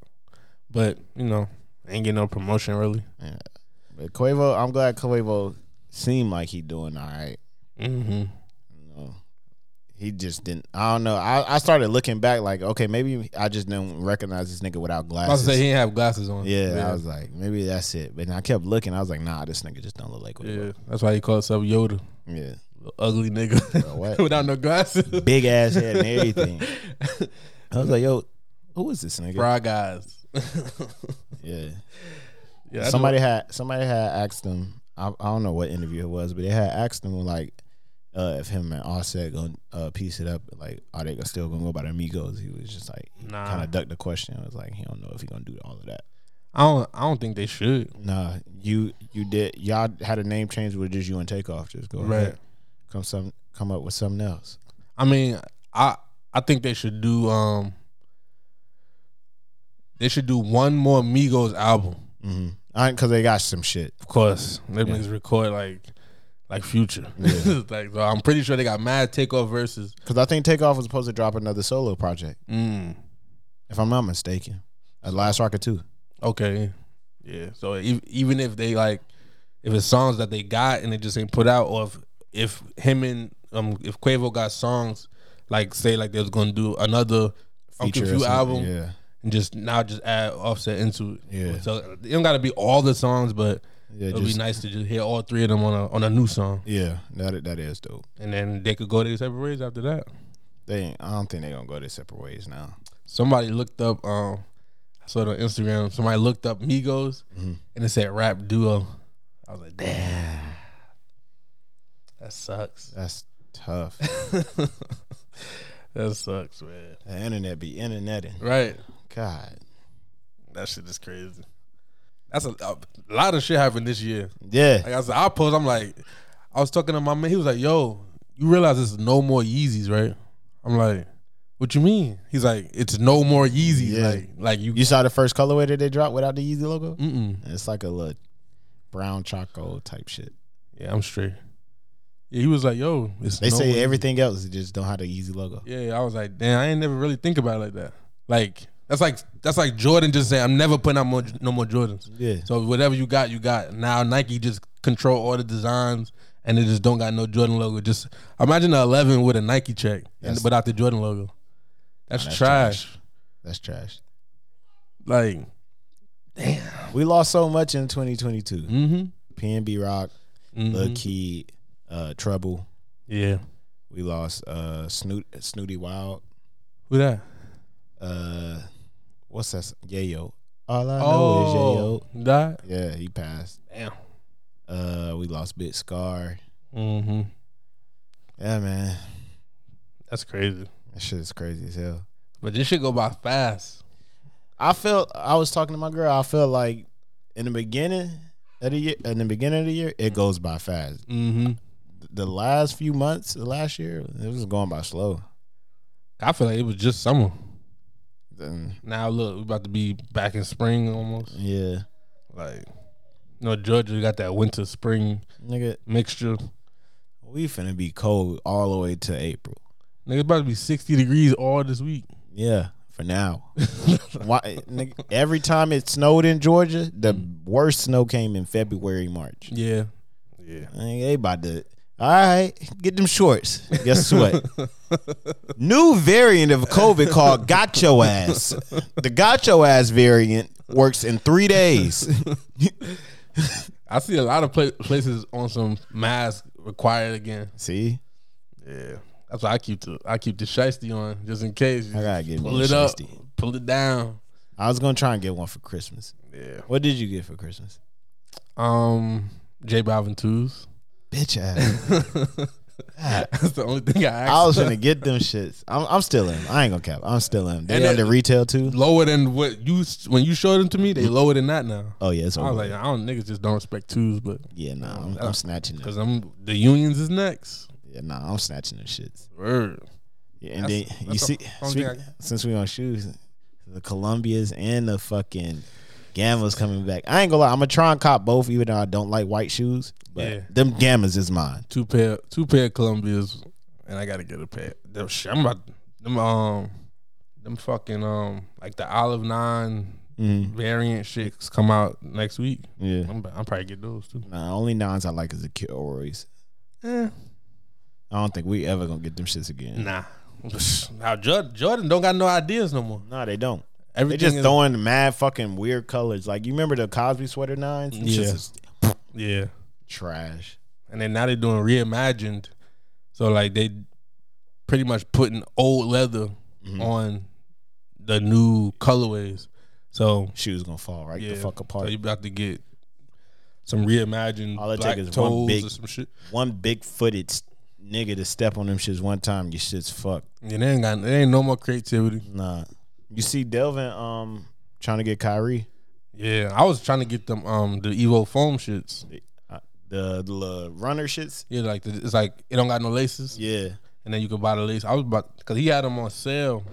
Speaker 2: But you know, ain't getting no promotion really.
Speaker 1: but Quavo, I'm glad Quavo seemed like he doing all right.
Speaker 2: Mm-hmm.
Speaker 1: He just didn't. I don't know. I, I started looking back like, okay, maybe I just didn't recognize this nigga without
Speaker 2: I was
Speaker 1: glasses.
Speaker 2: gonna say he didn't have glasses on.
Speaker 1: yeah, I was like, maybe that's it. But then I kept looking. I was like, nah, this nigga just don't look like
Speaker 2: yeah.
Speaker 1: Quavo.
Speaker 2: That's why he called himself Yoda,
Speaker 1: Yeah,
Speaker 2: Little ugly nigga
Speaker 1: what?
Speaker 2: without no glasses.
Speaker 1: big ass head and everything. I was like, yo, who is this nigga?
Speaker 2: Fry guys.
Speaker 1: Yeah.
Speaker 2: yeah,
Speaker 1: somebody had somebody had asked him. I, I don't know what interview it was, but they had asked him like uh, if him and Offset gonna uh, piece it up. Like, are they still gonna go by the Amigos? He was just like
Speaker 2: Nah.
Speaker 1: kind of ducked the question. It was like he don't know if he gonna do all of that.
Speaker 2: I don't. I don't think they should.
Speaker 1: Nah, you you did y'all had a name change with just you and Takeoff. Just go
Speaker 2: Right.
Speaker 1: ahead. come some come up with something else.
Speaker 2: I mean, I I think they should do um. They should do one more Migos album.
Speaker 1: Mm-hmm. Because they got some shit.
Speaker 2: Of course, that means record like like Future. like so I'm pretty sure they got mad takeoff verses.
Speaker 1: Because I think Takeoff was supposed to drop another solo project,
Speaker 2: Mm,
Speaker 1: if I'm not mistaken. At Last Rocket too.
Speaker 2: okay, yeah. So e- even if they like, if it's songs that they got and they just ain't put out, or if if him and um if Quavo got songs like say like they was gonna do another Uncle
Speaker 1: Feature or
Speaker 2: Oh, Q
Speaker 1: something.
Speaker 2: album,
Speaker 1: Yeah.
Speaker 2: and just now just add offset into it.
Speaker 1: Yeah.
Speaker 2: So it don't gotta be all the songs, but
Speaker 1: Yeah,
Speaker 2: it'd
Speaker 1: just-
Speaker 2: be nice to just hear all three of them on a on a new song.
Speaker 1: Yeah, that that is dope.
Speaker 2: And then they could go their separate ways after that.
Speaker 1: They ain't, I don't think they gonna go their separate ways now.
Speaker 2: Somebody looked up um I saw it on Instagram, somebody looked up Migos and it said rap duo. I was like, damn. That sucks.
Speaker 1: That's tough.
Speaker 2: That sucks, man.
Speaker 1: the internet be interneting.
Speaker 2: Right.
Speaker 1: God.
Speaker 2: That shit is crazy. That's a, a lot of shit happened this year.
Speaker 1: Yeah.
Speaker 2: Like I was, I post. I'm like, I was talking to my man. He was like, "Yo, you realize it's no more Yeezys, right?" I'm like, "What you mean?" He's like, "It's no more Yeezys.
Speaker 1: Yeah.
Speaker 2: Like, like you,
Speaker 1: You saw the first colorway that they dropped without the Yeezy logo?
Speaker 2: mm-mm.
Speaker 1: It's like a little brown charcoal type shit.
Speaker 2: yeah, I'm straight." Yeah, he was like, "Yo, it's
Speaker 1: They
Speaker 2: no more
Speaker 1: say
Speaker 2: Yeezys."
Speaker 1: everything else, it just don't have the Yeezy logo.
Speaker 2: Yeah, I was like, "Damn, I ain't never really think about it like that. Like, that's like that's like Jordan just saying, I'm never putting out more, no more Jordans.
Speaker 1: Yeah.
Speaker 2: So whatever you got, you got. Now Nike just control all the designs." And they just don't got no Jordan logo. Just imagine a eleven with a Nike check, and
Speaker 1: That's-
Speaker 2: without the Jordan logo. That's,
Speaker 1: that's
Speaker 2: trash.
Speaker 1: That's trash.
Speaker 2: Like,
Speaker 1: We lost so much in 2022.
Speaker 2: mm-hmm.
Speaker 1: PNB Rock,
Speaker 2: Mhm.
Speaker 1: Lil Key, uh, Trouble.
Speaker 2: yeah.
Speaker 1: We lost uh, Snoot, Snooty Wild.
Speaker 2: Who that?
Speaker 1: Uh, what's that? s- Yayo. All I know
Speaker 2: Oh, that.
Speaker 1: is Yayo. Yeah, he passed.
Speaker 2: Damn.
Speaker 1: Uh, we lost Big Scar.
Speaker 2: Mm-hmm.
Speaker 1: Yeah, man.
Speaker 2: That's crazy.
Speaker 1: That shit is crazy as hell.
Speaker 2: But this shit go by fast.
Speaker 1: I felt I was talking to my girl. I felt like in the beginning of the year, in the beginning of the year, it goes by fast.
Speaker 2: Mm-hmm.
Speaker 1: The last few months, the last year, it was going by slow.
Speaker 2: I feel like it was just summer.
Speaker 1: Then,
Speaker 2: Now look, we about to be back in spring almost.
Speaker 1: yeah,
Speaker 2: Like, you know, Georgia got that winter spring
Speaker 1: nigga,
Speaker 2: mixture.
Speaker 1: we finna be cold all the way to April.
Speaker 2: Nigga, it's about to be sixty degrees all this week.
Speaker 1: Yeah, for now. Why, nigga, every time it snowed in Georgia, the
Speaker 2: Mm.
Speaker 1: worst snow came in February, March.
Speaker 2: Yeah, yeah.
Speaker 1: Nigga, They about to. All right, get them shorts. Guess what? New variant of COVID called Gotcho Ass. The Gotcho Ass variant works in three days.
Speaker 2: I see a lot of pla- places on some mask required again.
Speaker 1: See,
Speaker 2: Yeah, that's why I keep the I keep the shiesty on just in case.
Speaker 1: I gotta get
Speaker 2: pull
Speaker 1: me a
Speaker 2: it up,
Speaker 1: shiesty.
Speaker 2: pull it down.
Speaker 1: I was gonna try and get one for Christmas.
Speaker 2: Yeah.
Speaker 1: What did you get for Christmas?
Speaker 2: Um, J Balvin twos.
Speaker 1: Bitch ass.
Speaker 2: that's the only thing I asked.
Speaker 1: I was gonna get them shits. I'm, I'm still in. I ain't gonna cap. I'm still in. They
Speaker 2: And
Speaker 1: under
Speaker 2: it-
Speaker 1: retail too.
Speaker 2: lower than what you when you showed them to me. They lower than that now.
Speaker 1: Mm-hmm. Oh yeah, it's
Speaker 2: I
Speaker 1: over.
Speaker 2: was like, I don't niggas just don't respect twos, but
Speaker 1: yeah, nah,
Speaker 2: Um,
Speaker 1: I'm, I'm snatching them.
Speaker 2: because I'm the unions is next.
Speaker 1: Yeah, nah, I'm snatching them shits.
Speaker 2: Word.
Speaker 1: Yeah, and
Speaker 2: That's-
Speaker 1: then you
Speaker 2: that's
Speaker 1: see,
Speaker 2: the only
Speaker 1: speak-
Speaker 2: thing I-
Speaker 1: since we on shoes, the Columbias and the fucking Gammas coming back. I ain't gonna lie, I'm gonna try and cop both, even though I don't like white shoes. But
Speaker 2: Yeah.
Speaker 1: them Gammas is mine.
Speaker 2: two pair two pair of Columbias, and I gotta get a pair. Them, sh- I'm about them um them fucking um like the olive nine variant shits come out next week.
Speaker 1: Mm-hmm. Yeah.
Speaker 2: I'm, I'm probably get those too.
Speaker 1: Nah, only nines I like is the Kilroys.
Speaker 2: Eh,
Speaker 1: I don't think we ever gonna get them shits again.
Speaker 2: nah. Now Jordan, Jordan don't got no ideas no more.
Speaker 1: No, they don't. They
Speaker 2: Everything
Speaker 1: just
Speaker 2: is-
Speaker 1: throwing mad fucking weird colors. Like you remember the Cosby sweater nines? Them shits
Speaker 2: Yeah.
Speaker 1: is
Speaker 2: yeah,
Speaker 1: trash.
Speaker 2: and then now they're doing reimagined. So like they pretty much putting old leather
Speaker 1: Mm-hmm.
Speaker 2: on the new colorways. So
Speaker 1: Shoes gonna fall right the
Speaker 2: Yeah.
Speaker 1: fuck apart.
Speaker 2: So you about to get some reimagined
Speaker 1: All it
Speaker 2: black
Speaker 1: take is one
Speaker 2: toes
Speaker 1: big-
Speaker 2: or some shit.
Speaker 1: One big footed nigga to step on them shits one time, your shits fucked.
Speaker 2: Yeah, they ain't got they ain't no more creativity.
Speaker 1: Nah. You see Delvin um trying to get Kyrie.
Speaker 2: Yeah, I was trying to get them um the Evo foam shits.
Speaker 1: Uh, The, the little runner shits.
Speaker 2: Yeah, like the, it's like it don't got no laces,
Speaker 1: Yeah.
Speaker 2: and then you can buy the lace. I was about because he had them on sale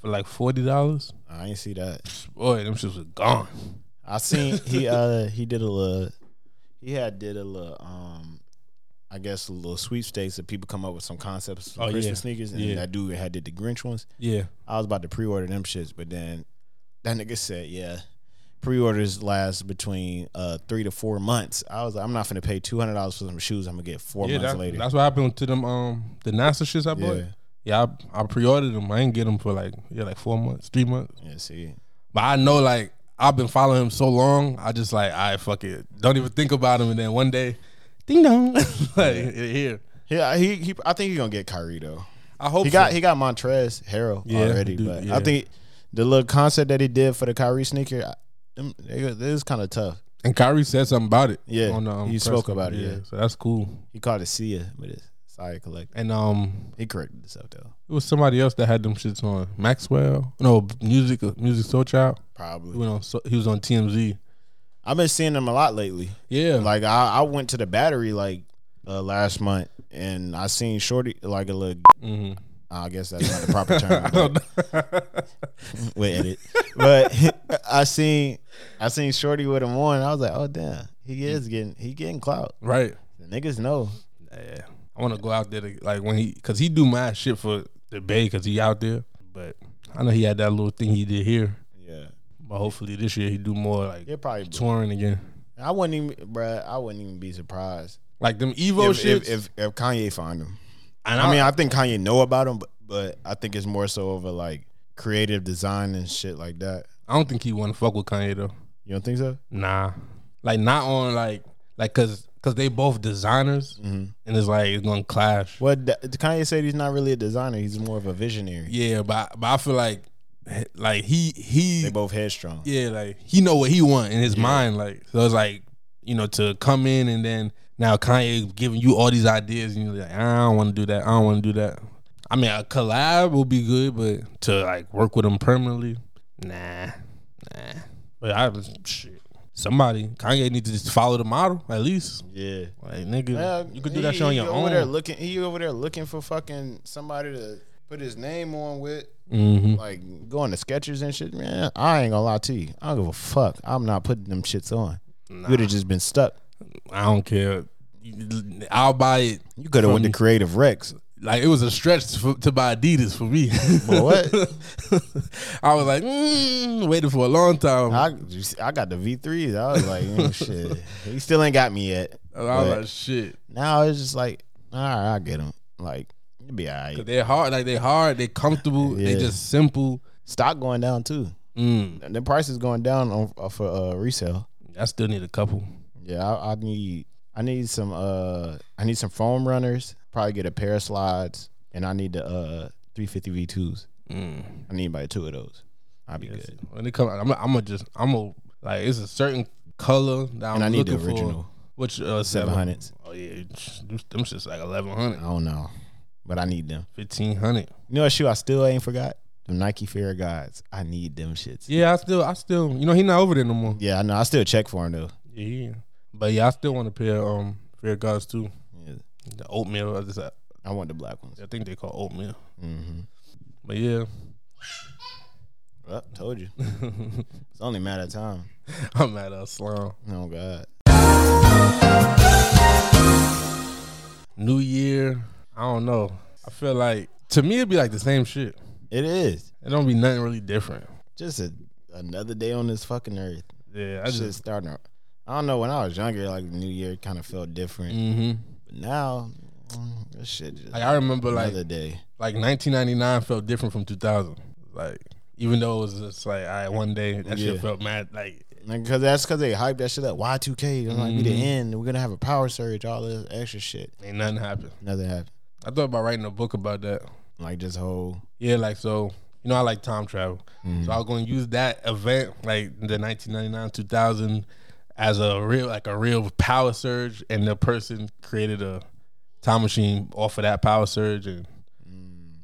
Speaker 2: for like forty dollars.
Speaker 1: I ain't see that.
Speaker 2: Boy, them shits was gone.
Speaker 1: I seen he uh he did a little he had did a little um I guess a little sweepstakes that people come up with some concepts for
Speaker 2: Oh, yeah.
Speaker 1: Christmas sneakers and
Speaker 2: Yeah.
Speaker 1: that dude had did the Grinch ones.
Speaker 2: Yeah,
Speaker 1: I was about to pre order them shits, but then that nigga said, yeah. Pre orders last between uh three to four months. I was like, I'm not gonna pay two hundred dollars for some shoes I'm gonna get four
Speaker 2: yeah.
Speaker 1: months
Speaker 2: that-
Speaker 1: later.
Speaker 2: That's what happened to them um the NASA shits I bought.
Speaker 1: Yeah.
Speaker 2: Yeah, I, I pre-ordered them. I ain't get them for like yeah like four months, three months.
Speaker 1: Yeah, see.
Speaker 2: But I know like I've been following him so long, I just like I fuck it, don't even think about him. And then one day, ding dong, like it here.
Speaker 1: Yeah, he, he I think he's gonna get Kyrie though.
Speaker 2: I hope
Speaker 1: He got
Speaker 2: so.
Speaker 1: he got Montrez Harrell
Speaker 2: Yeah,
Speaker 1: already,
Speaker 2: dude,
Speaker 1: but I
Speaker 2: yeah.
Speaker 1: think the little concept that he did for the Kyrie sneaker, I, them, they, it is kind of tough.
Speaker 2: and Kyrie said something about it. um,
Speaker 1: Yeah, he
Speaker 2: press
Speaker 1: spoke
Speaker 2: con-
Speaker 1: about it, yeah.
Speaker 2: so that's cool.
Speaker 1: He called it Sia, but it's sorry collect.
Speaker 2: And um,
Speaker 1: He corrected himself though,
Speaker 2: it was somebody else that had them shits on Maxwell. No, music, uh, music soul child. He
Speaker 1: probably.
Speaker 2: went on. So, he was on TMZ.
Speaker 1: I've been seeing him a lot lately.
Speaker 2: Yeah, like
Speaker 1: Like I, I went to the battery like uh, last month, and I seen Shorty like a little.
Speaker 2: Mm-hmm.
Speaker 1: I guess that's not the proper term. but- we'll edit. But I seen I seen Shorty with him on. I was like, oh damn, he is getting he getting clout.
Speaker 2: right.
Speaker 1: The niggas know.
Speaker 2: Yeah, I want to go out there to, like when he because he do mad shit for the Bay because he out there. But I know he had that little thing he did here.
Speaker 1: Yeah,
Speaker 2: But hopefully this year he do more like
Speaker 1: it probably.
Speaker 2: touring again.
Speaker 1: I wouldn't even, bruh. I wouldn't even be surprised
Speaker 2: Like them Evo
Speaker 1: if,
Speaker 2: Oh,
Speaker 1: if,
Speaker 2: shit.
Speaker 1: if if Kanye find him.
Speaker 2: and
Speaker 1: I mean, I think Kanye know about him, but, but I think it's more so over like creative design and shit like that.
Speaker 2: I don't think he want to fuck with Kanye though.
Speaker 1: You don't think so?
Speaker 2: Nah, like not on like like cause cause they both designers,
Speaker 1: Mm-hmm.
Speaker 2: and it's like it's gonna clash.
Speaker 1: What th- Kanye said he's not really a designer. He's more of a visionary.
Speaker 2: Yeah, but but I feel like like he he
Speaker 1: They both headstrong.
Speaker 2: yeah like he know what he want in his mind like so it's like you know to come in and then now Kanye giving you all these ideas and you're like I don't want to do that I don't want to do that. I mean a collab will be good, but to like work with him permanently, nah, nah. But I was shit. Somebody Kanye needs to just follow the model at least.
Speaker 1: Yeah.
Speaker 2: Like nigga,
Speaker 1: Yeah,
Speaker 2: you could do
Speaker 1: he-
Speaker 2: that shit on
Speaker 1: he
Speaker 2: your
Speaker 1: over There
Speaker 2: own.
Speaker 1: looking, he over there looking for fucking somebody to put his name on with,
Speaker 2: hmm
Speaker 1: like going to Skechers and shit. Man, I ain't gonna lie to you. I don't give a fuck. I'm not putting them shits on. You would have just been stuck.
Speaker 2: I don't care. I'll buy it.
Speaker 1: You could have went to Creative Rex.
Speaker 2: Like it was a stretch for, to buy Adidas for me.
Speaker 1: But what?
Speaker 2: I was like, mm, waiting for a long time. I,
Speaker 1: I, you see, I got the V3s. I was like, mm, shit. He still ain't got me yet.
Speaker 2: I was
Speaker 1: But
Speaker 2: like, shit.
Speaker 1: now it's just like, all right, I get him. Like, it'll be all right.
Speaker 2: They're hard. Like they're hard. They're comfortable.
Speaker 1: Yeah.
Speaker 2: They just simple.
Speaker 1: Stock going down too.
Speaker 2: Mm,
Speaker 1: And the price is going down on, uh, for uh, resale.
Speaker 2: I still need a couple.
Speaker 1: Yeah, I, I need I need some uh I need some foam runners. Probably get a pair of slides, and I need the uh 350 V2s. I need about two of those. I'll be good.
Speaker 2: When it comes, I'm, I'm gonna just, I'm gonna like, it's a certain color that I'm
Speaker 1: I need the
Speaker 2: looking for.
Speaker 1: original.
Speaker 2: Which
Speaker 1: Seven
Speaker 2: uh, seven hundred?
Speaker 1: hundreds.
Speaker 2: Oh yeah, them shit's like 1100,
Speaker 1: I don't know, but I need them.
Speaker 2: 1500.
Speaker 1: You know what shoe I still ain't forgot? The Nike Fair Guides. I need them shits. Yeah.
Speaker 2: Yeah, I still, I still, you know, he not over there no more.
Speaker 1: I know. I still check for them though.
Speaker 2: Yeah, but yeah, I still want a pair of um fair guards too.
Speaker 1: Yeah.
Speaker 2: The oatmeal, I, just, I
Speaker 1: I want the black ones.
Speaker 2: think they call oatmeal.
Speaker 1: Mm-hmm.
Speaker 2: But yeah,
Speaker 1: Well, told you. it's only a matter of time.
Speaker 2: I'm at a slum.
Speaker 1: Oh God.
Speaker 2: New year, I don't know. I feel like to me it'd be like the same shit.
Speaker 1: It is
Speaker 2: It don't be nothing really different.
Speaker 1: just a, another day on this fucking earth.
Speaker 2: Yeah, I
Speaker 1: That shit's
Speaker 2: just
Speaker 1: starting. to- I don't know. When I was younger, like New Year kind of felt different.
Speaker 2: hmm
Speaker 1: But now, mm, this shit just
Speaker 2: like I remember like
Speaker 1: another day.
Speaker 2: like 1999 felt different from 2000. Like even though it was just like I one day that
Speaker 1: Yeah.
Speaker 2: shit felt mad. Like
Speaker 1: Because that's because they hyped that shit up. Y two K. Like we
Speaker 2: Mm-hmm.
Speaker 1: the end. We're gonna have a power surge. All this extra shit.
Speaker 2: ain't nothing happened.
Speaker 1: Nothing happened.
Speaker 2: I thought about writing a book about that.
Speaker 1: Like this whole.
Speaker 2: Yeah, like so. You know, I like time travel, so I was going to use that event, like the 1999, 2000, as a real, like a real power surge, and the person created a time machine off of that power surge, and, and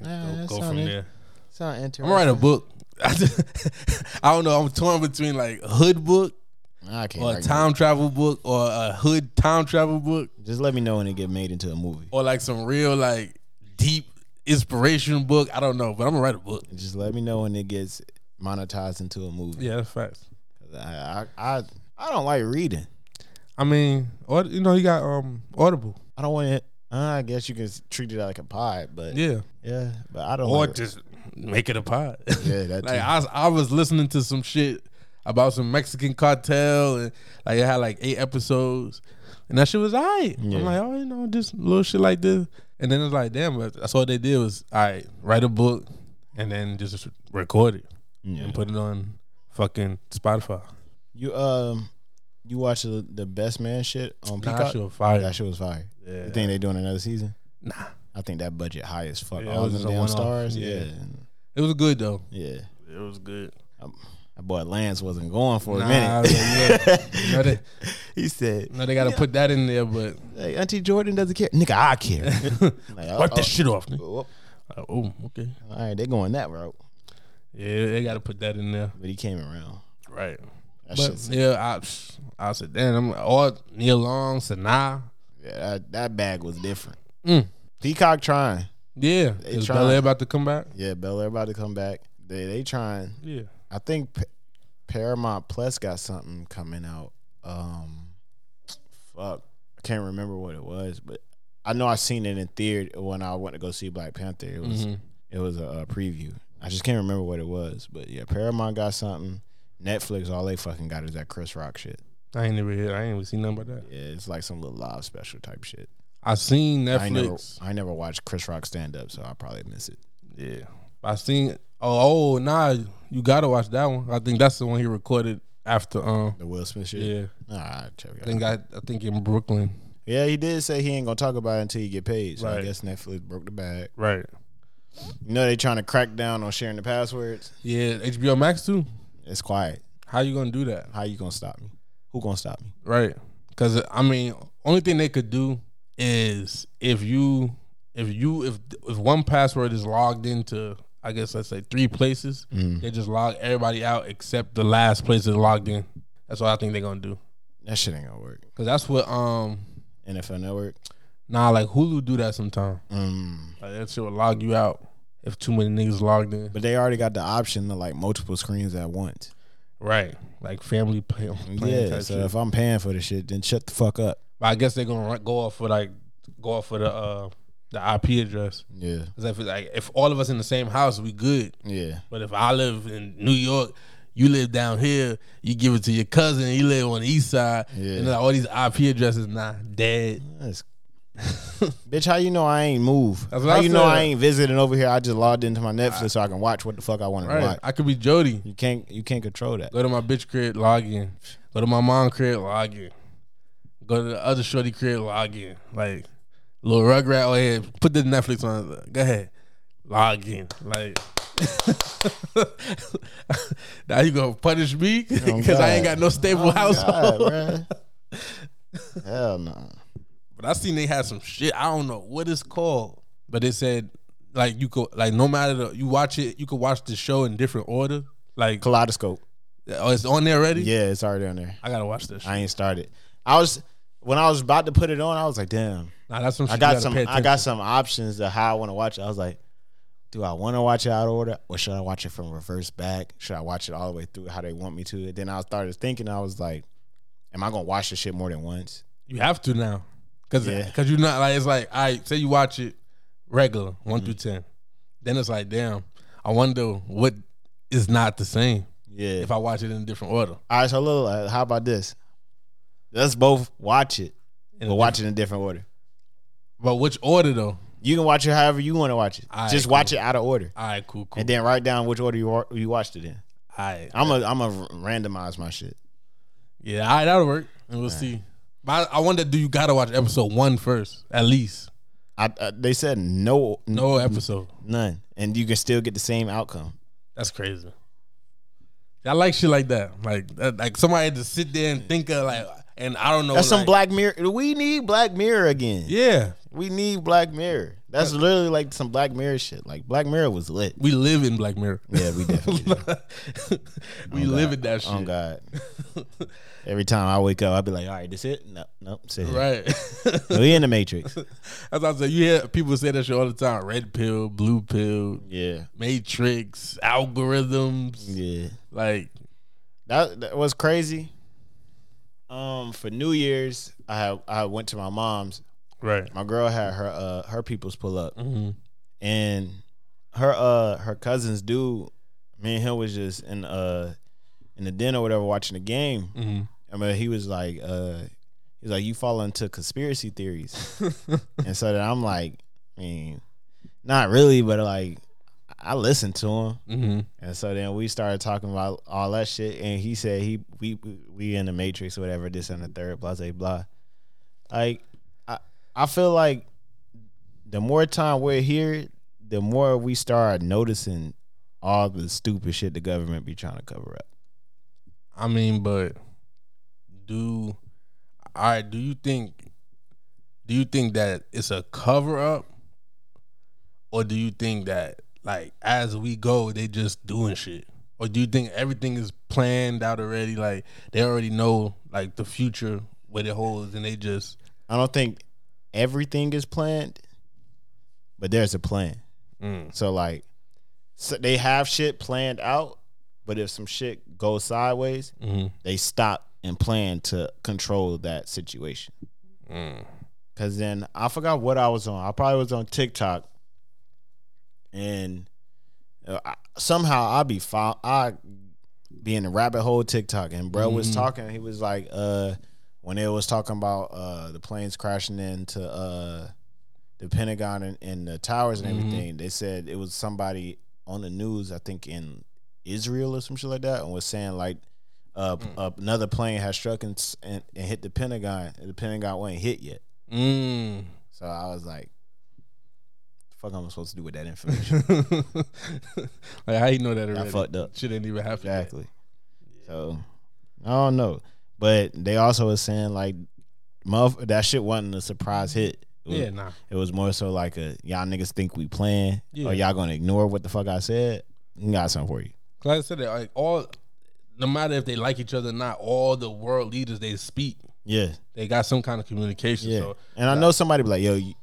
Speaker 1: Yeah,
Speaker 2: go-
Speaker 1: that
Speaker 2: go from
Speaker 1: sounded-
Speaker 2: there.
Speaker 1: Sound interesting.
Speaker 2: I'm writing a book. I, just, I don't know. I'm torn between like a hood book
Speaker 1: I can't.
Speaker 2: or a
Speaker 1: argue.
Speaker 2: time travel book or a hood time travel book
Speaker 1: Just let me know when it get made into a movie.
Speaker 2: or like some real like deep inspiration book. I don't know, but I'm gonna write a book.
Speaker 1: Just let me know when it gets monetized into a movie.
Speaker 2: Yeah, that's facts.
Speaker 1: I, I I I don't like reading.
Speaker 2: I mean, or you know, you got um Audible.
Speaker 1: I don't want it. uh, I guess you can s- treat it like a pod, but
Speaker 2: Yeah.
Speaker 1: yeah, but I don't.
Speaker 2: Or
Speaker 1: like,
Speaker 2: just make it a pod.
Speaker 1: Yeah, that
Speaker 2: like
Speaker 1: too.
Speaker 2: I was, I was listening to some shit about some Mexican cartel and like it had like eight episodes and that shit was alright.
Speaker 1: Yeah.
Speaker 2: I'm like, oh, you know, just little shit like this. And then it's like, damn, but that's all they did was all right, write a book and then just record it
Speaker 1: Yeah.
Speaker 2: and put it on fucking Spotify.
Speaker 1: You um, you watch the, the Best Man shit on
Speaker 2: Nah,
Speaker 1: Peacock.
Speaker 2: that shit was fire.
Speaker 1: That shit was fire.
Speaker 2: Yeah.
Speaker 1: You think they doing another season?
Speaker 2: Nah.
Speaker 1: I think that budget high as fuck.
Speaker 2: Yeah,
Speaker 1: All
Speaker 2: it was
Speaker 1: them
Speaker 2: a
Speaker 1: damn
Speaker 2: one-off.
Speaker 1: stars. Yeah.
Speaker 2: Yeah. It was good though.
Speaker 1: yeah,
Speaker 2: It was good.
Speaker 1: That boy Lance wasn't going for a
Speaker 2: Nah,
Speaker 1: minute.
Speaker 2: yeah. You know, they,
Speaker 1: he said,
Speaker 2: you know, they gotta put that in there, but
Speaker 1: "Hey, Auntie Jordan doesn't care, nigga. I care." like,
Speaker 2: Wipe
Speaker 1: oh,
Speaker 2: that shit off. nigga.
Speaker 1: oh, oh.
Speaker 2: Uh, oh, okay.
Speaker 1: all right, they going that route,
Speaker 2: Yeah, they got to put that in there.
Speaker 1: but he came around.
Speaker 2: Right.
Speaker 1: That
Speaker 2: But
Speaker 1: shit's-
Speaker 2: yeah, I, psh, I said, damn, I'm all Neil Long, Sanaa.
Speaker 1: yeah, that, that bag was different.
Speaker 2: Mm.
Speaker 1: Peacock trying.
Speaker 2: Yeah. Is
Speaker 1: trying.
Speaker 2: Bel Air about to come back?
Speaker 1: Yeah, Bel Air about to come back. They they trying.
Speaker 2: Yeah.
Speaker 1: I think P- Paramount Plus got something coming out. Um, fuck, I can't remember what it was, but I know I seen it in theater when I went to go see Black Panther. It was
Speaker 2: Mm-hmm.
Speaker 1: it was a, uh preview. I just can't remember what it was, but yeah, Paramount got something. Netflix, all they fucking got is that Chris Rock shit.
Speaker 2: I ain't never hear. I ain't even seen nothing about that.
Speaker 1: Yeah, it's like some little live special type shit.
Speaker 2: I seen
Speaker 1: I ain't never,
Speaker 2: Netflix.
Speaker 1: I ain't never watched Chris Rock stand up, so I probably miss it.
Speaker 2: Yeah, I seen. Oh, oh, nah, you gotta watch that one. I think that's the one he recorded after. Um,
Speaker 1: The Will Smith shit.
Speaker 2: yeah,
Speaker 1: All right, check
Speaker 2: I
Speaker 1: it out.
Speaker 2: think I, I think in Brooklyn.
Speaker 1: Yeah, he did say he ain't gonna talk about it until you get paid. So I
Speaker 2: Right.
Speaker 1: guess Netflix broke the bag.
Speaker 2: Right.
Speaker 1: You know they trying to crack down on sharing the passwords.
Speaker 2: Yeah, HBO Max too.
Speaker 1: It's quiet.
Speaker 2: How you gonna do that?
Speaker 1: How you gonna stop me? Who gonna stop me?
Speaker 2: Right. Cause I mean, only thing they could do is if you if you if if one password is logged into I guess let's say three places,
Speaker 1: Mm-hmm.
Speaker 2: they just log everybody out except the last place that's logged in. That's what I think they're gonna do.
Speaker 1: That shit ain't gonna work.
Speaker 2: Cause that's what um
Speaker 1: NFL Network.
Speaker 2: nah like Hulu do that sometime.
Speaker 1: Mm.
Speaker 2: Like that shit will log you out if too many niggas logged in.
Speaker 1: But they already got the option to like multiple screens at once.
Speaker 2: Right. Like family play. plan
Speaker 1: Yeah.
Speaker 2: type
Speaker 1: So
Speaker 2: shit.
Speaker 1: if I'm paying for this shit, then shut the fuck up.
Speaker 2: But I guess they're gonna run- go off for like go off for the uh the IP address.
Speaker 1: Yeah.
Speaker 2: Cause if like if all of us in the same house, we good.
Speaker 1: Yeah.
Speaker 2: But if I live in New York, you live down here, you give it to your cousin, you live on the east side,
Speaker 1: Yeah.
Speaker 2: and like, all these IP addresses not dead.
Speaker 1: That's- bitch, how you know I ain't moved?
Speaker 2: That's
Speaker 1: How
Speaker 2: what I
Speaker 1: you know
Speaker 2: said.
Speaker 1: I ain't visiting over here? I just logged into my Netflix so I can watch what the fuck I want
Speaker 2: Right.
Speaker 1: to watch.
Speaker 2: I could be Jody.
Speaker 1: You can't. You can't control that.
Speaker 2: Go to my bitch crib, log in. Go to my mom crib, log in. Go to the other shorty crib, log in. Like little rugrat over here, put the Netflix on. Go ahead, log in. Like now you gonna punish me
Speaker 1: Oh,
Speaker 2: because I ain't
Speaker 1: God.
Speaker 2: got no stable household.
Speaker 1: God, bruh. Hell no.
Speaker 2: But I seen they had some shit. I don't know what it's called, but it said like you could like no matter the, you watch it, you could watch the show in different order. Like
Speaker 1: Kaleidoscope.
Speaker 2: oh, it's on there already.
Speaker 1: Yeah, it's already on there.
Speaker 2: I gotta watch this. Shit.
Speaker 1: I ain't started. I was when I was about to put it on. I was like, damn.
Speaker 2: Nah, that's some. Shit
Speaker 1: I
Speaker 2: you
Speaker 1: got
Speaker 2: gotta
Speaker 1: some.
Speaker 2: pay
Speaker 1: I
Speaker 2: attention
Speaker 1: got some options to how I want to watch it. I was like, do I want to watch it out of order, or should I watch it from reverse back? Should I watch it all the way through how they want me to? And then I started thinking. I was like, am I gonna watch this shit more than once?
Speaker 2: You have to now, cause
Speaker 1: Yeah.
Speaker 2: cause you're not like it's like I say you watch it regular one through
Speaker 1: Mm-hmm.
Speaker 2: ten, then it's like damn, I wonder what is not the same
Speaker 1: Yeah.
Speaker 2: if I watch it in a different order.
Speaker 1: all right. So look, uh, how about this? Let's both watch it,
Speaker 2: In a
Speaker 1: but watch it in a different order.
Speaker 2: But which order though?
Speaker 1: You can watch it however you want to watch it.
Speaker 2: All right,
Speaker 1: Just watch it out of order,
Speaker 2: All right, cool, cool.
Speaker 1: and then write down which order you wa- you watched it in.
Speaker 2: all right,
Speaker 1: I'm a I'm a randomize my shit.
Speaker 2: yeah, all right, that'll work, and we'll see. But I, I wonder, do you gotta watch episode one first at least?
Speaker 1: I, I they said no, no
Speaker 2: No episode.
Speaker 1: none, and you can still get the same outcome.
Speaker 2: That's crazy. I like shit like that. Like that, like somebody had to sit there and think of like, and I don't know.
Speaker 1: That's some
Speaker 2: like-
Speaker 1: Black Mirror. We need Black Mirror again.
Speaker 2: Yeah,
Speaker 1: We need Black Mirror. That's literally like some Black Mirror shit. Like Black Mirror was lit.
Speaker 2: we live in Black Mirror.
Speaker 1: Yeah, we definitely. do.
Speaker 2: we live in that shit.
Speaker 1: Oh God. Every time I wake up, I'd be like, "All right, this it? No, no, sit here.
Speaker 2: Right.
Speaker 1: We in the Matrix.
Speaker 2: As I said, you hear people say that shit all the time. Red pill, blue pill,
Speaker 1: Yeah,
Speaker 2: matrix, algorithms.
Speaker 1: yeah.
Speaker 2: Like,
Speaker 1: That, that was crazy. Um, for New Year's, I had, I went to my mom's.
Speaker 2: right.
Speaker 1: My girl had her uh her people's pull up.
Speaker 2: hmm
Speaker 1: and her uh her cousin's dude, me and him was just in uh in the den or whatever watching the game.
Speaker 2: hmm
Speaker 1: I mean, he was like uh he's like you fall into conspiracy theories, and so then I'm like, I mean, not really, but like I listened to him,
Speaker 2: hmm
Speaker 1: and so then we started talking about all that shit, and he said he we we in the Matrix or whatever this and the third blah blah blah. Like I I feel like the more time we're here, the more we start noticing all the stupid shit the government be trying to cover up.
Speaker 2: I mean, but do all right? Do you think? Do you think that it's a cover up, or do you think that like as we go they just doing shit, or do you think everything is planned out already? Like they already know like the future what it holds, and they just
Speaker 1: I don't think everything is planned, but there's a plan.
Speaker 2: Mm.
Speaker 1: So like, so they have shit planned out, but if some shit goes sideways,
Speaker 2: Mm-hmm.
Speaker 1: they stop and plan to control that situation. Cause then I forgot what I was on. I probably was on TikTok, and uh, I, somehow I be fo- I be in the rabbit hole TikTok, and bro was talking. He was like, uh when they was talking about uh, the planes crashing into uh, the Pentagon and, and the towers and
Speaker 2: Mhm.
Speaker 1: everything, they said it was somebody on the news, I think in Israel or some shit like that, and was saying like uh, p- uh, another plane has struck and, s- and, and hit the Pentagon, and the Pentagon wasn't hit yet.
Speaker 2: Mm.
Speaker 1: So I was like, the "Fuck, am I supposed to do with that information?"
Speaker 2: like how you know that already?
Speaker 1: fucked up.
Speaker 2: Shit ain't even happened. yet.
Speaker 1: Exactly. So I don't know, but they also was saying like, motherf- that shit wasn't a surprise hit. It was,
Speaker 2: Yeah, nah.
Speaker 1: It was more so like a y'all niggas think we playing,
Speaker 2: Yeah.
Speaker 1: or y'all gonna ignore what the fuck I said. We Got something for you.
Speaker 2: Like I said, that, like all, no matter if they like each other or not, all the world leaders they speak,
Speaker 1: Yeah,
Speaker 2: they got some kind of communication.
Speaker 1: yeah.
Speaker 2: So
Speaker 1: and I know somebody be like, "Yo, you,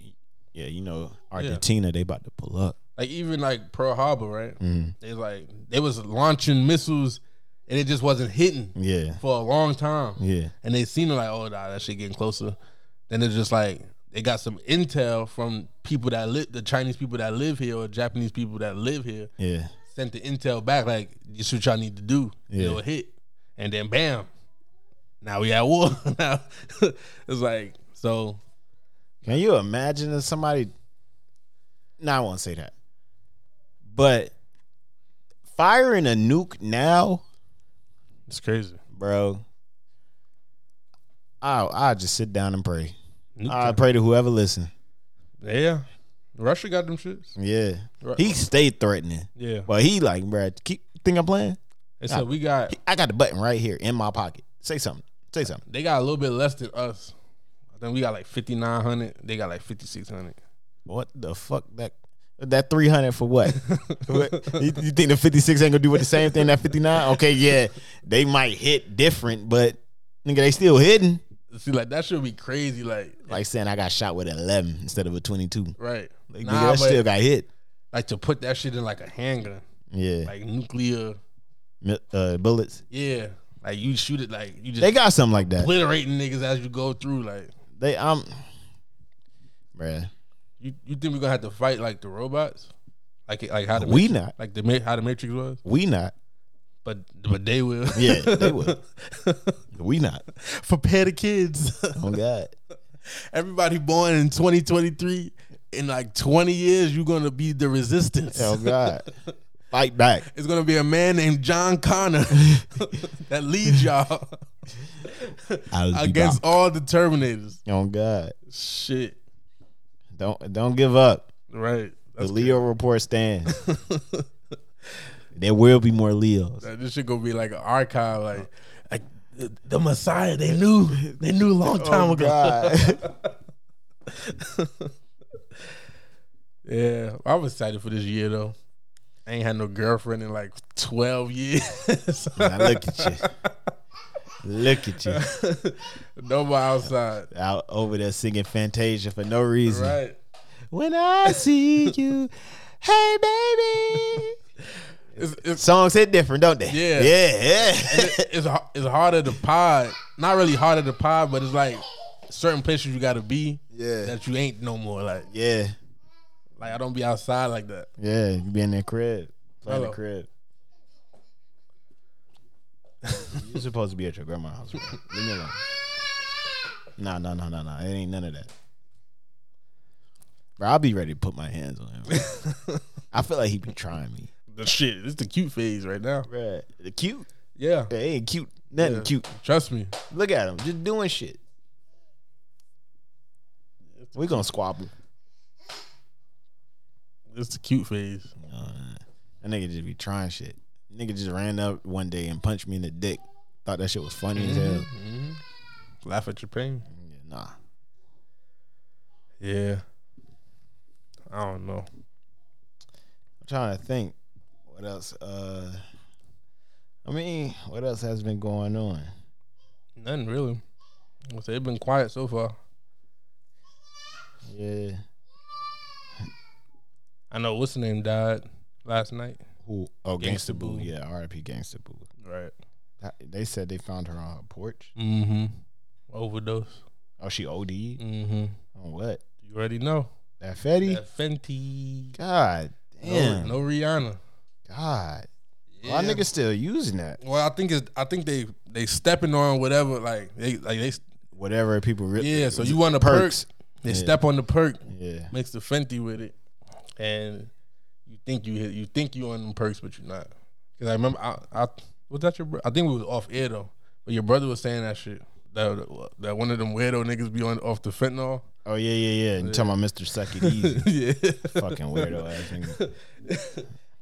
Speaker 1: yeah, you know Argentina, they about to pull up."
Speaker 2: like even like Pearl Harbor, right?
Speaker 1: Mhm.
Speaker 2: They like they was launching missiles, and it just wasn't hitting
Speaker 1: Yeah,
Speaker 2: for a long time.
Speaker 1: yeah,
Speaker 2: and they seen it like, oh, nah, that shit getting closer. Then it's just like they got some intel from people that live, the Chinese people that live here or Japanese people that live here,
Speaker 1: yeah,
Speaker 2: sent the intel back like, this is what y'all need to do.
Speaker 1: Yeah.
Speaker 2: It'll hit, and then bam, now we at war. now it's like so.
Speaker 1: Can you imagine if somebody? No, I won't say that. But firing a nuke now,
Speaker 2: It's crazy.
Speaker 1: bro. I I just sit down and pray.
Speaker 2: Nuke
Speaker 1: I pray to whoever listen.
Speaker 2: Yeah, Russia got them shits.
Speaker 1: Yeah,
Speaker 2: Right.
Speaker 1: he stayed threatening,
Speaker 2: Yeah,
Speaker 1: but he like, bro, keep think I'm playing.
Speaker 2: they said we got
Speaker 1: I got the button right here in my pocket. Say something. Say something.
Speaker 2: they got a little bit less than us. I think we got like fifty nine hundred. They got like fifty six hundred.
Speaker 1: What the fuck that? That three hundred for what? What? you, you think the fifty six ain't gonna do with the same thing that fifty nine? Okay, yeah, they might hit different, but nigga, they still hitting.
Speaker 2: See, like that should be crazy. Like,
Speaker 1: Like saying I got shot with an eleven instead of a twenty two.
Speaker 2: right?
Speaker 1: Like,
Speaker 2: nah,
Speaker 1: nigga,
Speaker 2: but
Speaker 1: that still got hit.
Speaker 2: like to put that shit in like a handgun,
Speaker 1: Yeah,
Speaker 2: like nuclear.
Speaker 1: Mi- uh, bullets.
Speaker 2: Yeah, like you shoot it, like you just
Speaker 1: They got something like that.
Speaker 2: obliterating niggas as you go through. Like,
Speaker 1: They um, bruh,
Speaker 2: you, you think we're gonna have to fight like the robots, like it- like how the
Speaker 1: We
Speaker 2: Matrix-
Speaker 1: not.
Speaker 2: like the Ma- how the Matrix was,
Speaker 1: we not.
Speaker 2: but but they will.
Speaker 1: Yeah, they will. We not.
Speaker 2: Prepare the kids.
Speaker 1: Oh God.
Speaker 2: Everybody born in 2023. In like 20 years, you're gonna be the resistance.
Speaker 1: Oh God. Fight back.
Speaker 2: It's gonna be a man named John Connor that leads y'all
Speaker 1: I'll be
Speaker 2: against
Speaker 1: back.
Speaker 2: all the Terminators.
Speaker 1: Oh God.
Speaker 2: Shit,
Speaker 1: Don't don't give up.
Speaker 2: right?
Speaker 1: The
Speaker 2: That's
Speaker 1: Leo report stands. there will be more Leos.
Speaker 2: crazy. uh, This shit gonna be like an archive, like like the, the Messiah. They knew, they knew a long time ago.
Speaker 1: Oh, God.
Speaker 2: Yeah, I'm excited for this year though. I ain't had no girlfriend in like 12 years.
Speaker 1: Now look at you. Look at you.
Speaker 2: Nobody outside,
Speaker 1: Out over there singing Fantasia for no reason.
Speaker 2: right?
Speaker 1: When I see you, hey baby.
Speaker 2: It's, it's,
Speaker 1: Songs hit different, don't they?
Speaker 2: Yeah.
Speaker 1: Yeah. Yeah.
Speaker 2: it's har- it's harder to pod. Not really harder to pod, but it's like certain places you gotta be.
Speaker 1: Yeah.
Speaker 2: That you ain't no more. Like
Speaker 1: yeah.
Speaker 2: like I don't be outside like that.
Speaker 1: Yeah. You be in that crib. Playing the
Speaker 2: Hello.
Speaker 1: crib. You're supposed to be at your grandma's house, bro. Leave me alone. No, no, no, no, no. It ain't none of that. Bro, I'll be ready to put my hands on him. I feel like he be trying me.
Speaker 2: The shit. It's the cute phase right now.
Speaker 1: Bruh, the cute.
Speaker 2: Yeah.
Speaker 1: They ain't cute. Nothing
Speaker 2: Yeah.
Speaker 1: cute.
Speaker 2: Trust me.
Speaker 1: Look at him. Just doing shit. we going to squabble.
Speaker 2: It's the cute phase.
Speaker 1: Uh, That nigga just be trying shit. Nigga just ran up one day and punched me in the dick. Thought that shit was funny as hell.
Speaker 2: Mm-hmm. Laugh at your pain.
Speaker 1: Yeah, nah.
Speaker 2: Yeah. I don't know.
Speaker 1: I'm trying to think. What else? Uh, I mean, what else has been going on?
Speaker 2: Nothing really. Well, they've been quiet so far.
Speaker 1: Yeah.
Speaker 2: I know what's the name died last night.
Speaker 1: Who? Oh,
Speaker 2: Gangsta
Speaker 1: Gangsta Boo.
Speaker 2: Boo.
Speaker 1: Yeah, R.I.P. Gangsta Boo.
Speaker 2: Right.
Speaker 1: That- They said they found her on her porch.
Speaker 2: Mm-hmm. Overdose.
Speaker 1: Oh, she OD
Speaker 2: Mm-hmm.
Speaker 1: on what?
Speaker 2: You already know.
Speaker 1: That Fetty?
Speaker 2: That Fenty.
Speaker 1: God damn.
Speaker 2: No, no Rihanna.
Speaker 1: God. Why
Speaker 2: Yeah.
Speaker 1: niggas still using that?
Speaker 2: Well, I think it's I think they they stepping on whatever like they like they
Speaker 1: whatever people. Re-
Speaker 2: Yeah, so you want the perks.
Speaker 1: Perks.
Speaker 2: They
Speaker 1: Yeah.
Speaker 2: step on the perk,
Speaker 1: Yeah,
Speaker 2: makes the Fenty with it, and you think you hit, you think you on them perks, but you're not. Because I remember, I, I was that your. bro- I think we was off air though, but your brother was saying that shit. That, that one of them weirdo niggas be on off the fentanyl.
Speaker 1: Oh yeah, yeah, yeah. And you talking about Mr. Suck It Easy,
Speaker 2: yeah.
Speaker 1: fucking weirdo ass nigga.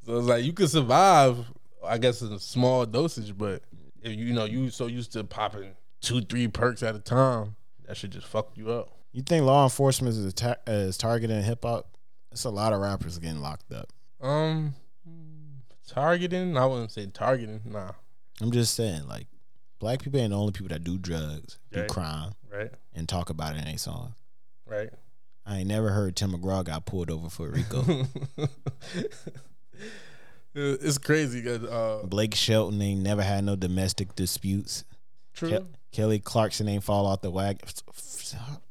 Speaker 2: So it's like you could survive, I guess, in a small dosage, but if you know you so used to popping two, three perks at a time, that should just fuck you up.
Speaker 1: You think law enforcement is atta- uh, is targeting hip hop? It's a lot of rappers getting locked up.
Speaker 2: Um, targeting? I wouldn't say targeting. Nah,
Speaker 1: I'm just saying, like, black people ain't the only people that do drugs, do
Speaker 2: Right.
Speaker 1: crime,
Speaker 2: right,
Speaker 1: and talk about it in their songs.
Speaker 2: right.
Speaker 1: I ain't never heard Tim McGraw got pulled over for Rico.
Speaker 2: it's crazy because uh,
Speaker 1: Blake Shelton ain't never had no domestic disputes.
Speaker 2: true.
Speaker 1: Ke- Kelly Clarkson ain't fall off the wagon.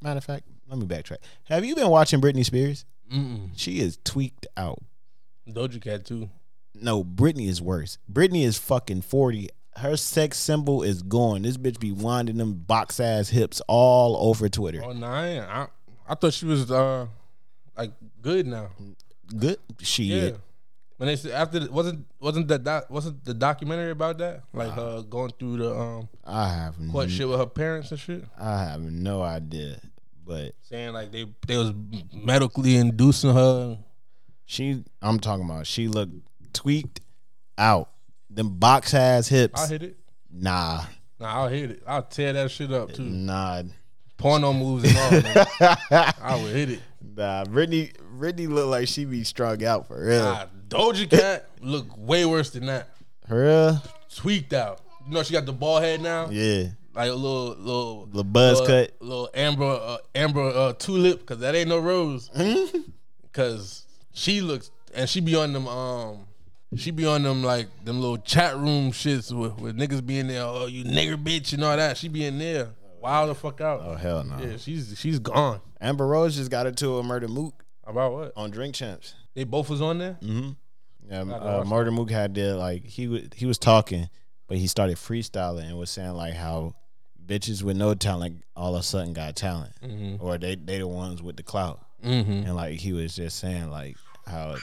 Speaker 1: Matter of fact, let me backtrack. Have you been watching Britney Spears?
Speaker 2: Mm-mm.
Speaker 1: She is tweaked out.
Speaker 2: Doja Cat too.
Speaker 1: No, Britney is worse. Britney is fucking 40. Her sex symbol is gone. This bitch be winding them box ass hips all over Twitter.
Speaker 2: Oh nine. I I thought she was uh like good now.
Speaker 1: Good she
Speaker 2: Yeah.
Speaker 1: is.
Speaker 2: When they said after the, wasn't wasn't the doc, wasn't the documentary about that like her going through the um
Speaker 1: I have no,
Speaker 2: what shit with her parents and shit
Speaker 1: I have no idea. But
Speaker 2: saying like they they was medically inducing her
Speaker 1: she I'm talking about she looked tweaked out. Them box ass hips.
Speaker 2: I'll hit it
Speaker 1: Nah.
Speaker 2: nah I'll hit it I'll tear that shit up too
Speaker 1: Nah.
Speaker 2: porno moves and all nigga. I would hit it
Speaker 1: Nah. Britney Britney look like she be strung out for real.
Speaker 2: nah, Doja Cat look way worse than that
Speaker 1: For real?
Speaker 2: tweaked out you know she got the bald head now
Speaker 1: Yeah.
Speaker 2: like a little little
Speaker 1: The buzz
Speaker 2: little-
Speaker 1: cut.
Speaker 2: little amber uh, amber uh, tulip because that ain't no rose
Speaker 1: Hmm?
Speaker 2: because she looks and she be on them um she be on them like them little chat room shits with, with niggas being there oh you nigger bitch and all that she be in there wild the fuck out
Speaker 1: Oh hell no.
Speaker 2: yeah she's she's gone
Speaker 1: Amber Rose just got into a murder mook
Speaker 2: about what
Speaker 1: on Drink Champs.
Speaker 2: they both was on
Speaker 1: Mm.
Speaker 2: there
Speaker 1: Yeah,
Speaker 2: to
Speaker 1: uh,
Speaker 2: watch
Speaker 1: Murder Mook had did like he wa- he was talking, but he started freestyling and was saying like how bitches with no talent all of a sudden got talent, or they they the ones with the clout,
Speaker 2: mm-hmm
Speaker 1: and like he was just saying like how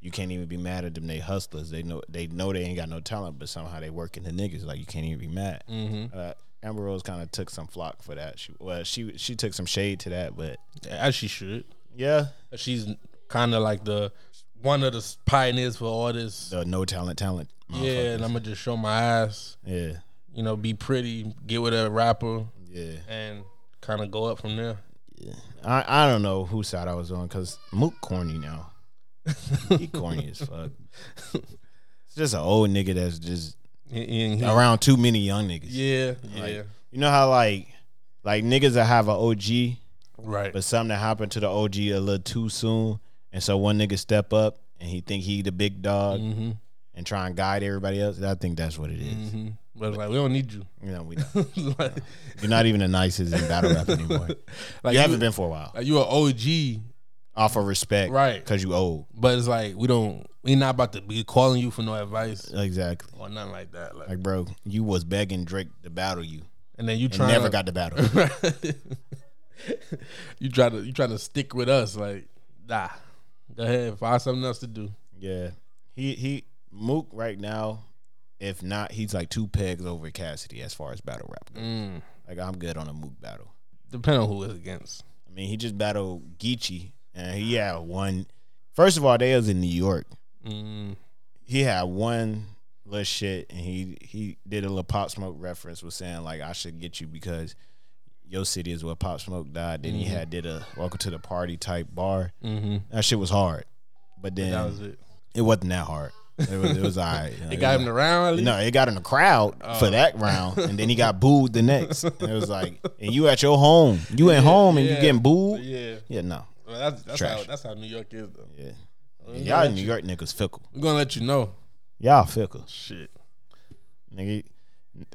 Speaker 1: you can't even be mad at them. They hustlers. They know they know they ain't got no talent, but somehow they working the niggas. Like you can't even be mad.
Speaker 2: mm-hmm
Speaker 1: Uh, Amber Rose kind of took some flock for that. She well she she took some shade to that, but
Speaker 2: as she should
Speaker 1: yeah,
Speaker 2: she's kind of like the one of the pioneers for all this
Speaker 1: the no talent talent.
Speaker 2: yeah and
Speaker 1: motherfuckers.
Speaker 2: I'm gonna just show my ass
Speaker 1: yeah,
Speaker 2: you know be pretty get with a rapper
Speaker 1: yeah.
Speaker 2: and kind of go up from there.
Speaker 1: I, I don't know whose side I was on because Mook corny now. He corny as fuck. It's just an old nigga that's just around too many young niggas.
Speaker 2: Yeah,
Speaker 1: Like,
Speaker 2: yeah,
Speaker 1: You know how like like niggas that have an OG,
Speaker 2: right.
Speaker 1: but something that happened to the OG a little too soon, and so one nigga step up and he think he the big dog
Speaker 2: Mhm.
Speaker 1: and try and guide everybody else. I think that's what it is.
Speaker 2: Mhm. But it's like we don't need you.
Speaker 1: You know, we, don't-
Speaker 2: like,
Speaker 1: you're not even the nicest in battle rap anymore.
Speaker 2: like
Speaker 1: you haven't been for a while.
Speaker 2: Like you an OG,
Speaker 1: Off of respect,
Speaker 2: Right.
Speaker 1: Because you old.
Speaker 2: but it's like we don't. We not about to be calling you for no advice
Speaker 1: Exactly.
Speaker 2: or nothing like that. Like,
Speaker 1: Like, bro, you was begging Drake to battle you.
Speaker 2: and then you
Speaker 1: And
Speaker 2: trying
Speaker 1: never
Speaker 2: to,
Speaker 1: got the battle.
Speaker 2: you try to you trying to stick with us. Like, nah. Go ahead, find something else to do.
Speaker 1: yeah. He he Mook right now, if not, he's like two pegs over Cassidy as far as battle rap. goes.
Speaker 2: Mm.
Speaker 1: Like I'm good on a Mook battle.
Speaker 2: Depending on who it's against.
Speaker 1: I mean, he just battled Geechee and he had one first of all, they was in New York.
Speaker 2: Mm.
Speaker 1: He had one little shit and he he did a little pop smoke reference was saying like I should get you because your city is where Pop Smoke died. Then he had did a welcome to the party type bar.
Speaker 2: Mm-hmm.
Speaker 1: That shit was hard. But then
Speaker 2: That was it.
Speaker 1: It wasn't that hard. It was, it was all right.
Speaker 2: It got him Oh. the round. at least?
Speaker 1: No, it got in the crowd for that round, and then he got booed the next. And it was like, and you at your home, you at home, and
Speaker 2: yeah.
Speaker 1: you getting booed.
Speaker 2: Yeah,
Speaker 1: Yeah, no,
Speaker 2: well, that's that's
Speaker 1: Trash.
Speaker 2: how that's how New York is though.
Speaker 1: yeah.
Speaker 2: We're gonna,
Speaker 1: Y'all
Speaker 2: let
Speaker 1: New
Speaker 2: you,
Speaker 1: York niggas fickle.
Speaker 2: we're gonna let you know.
Speaker 1: Y'all fickle,
Speaker 2: Shit.
Speaker 1: nigga.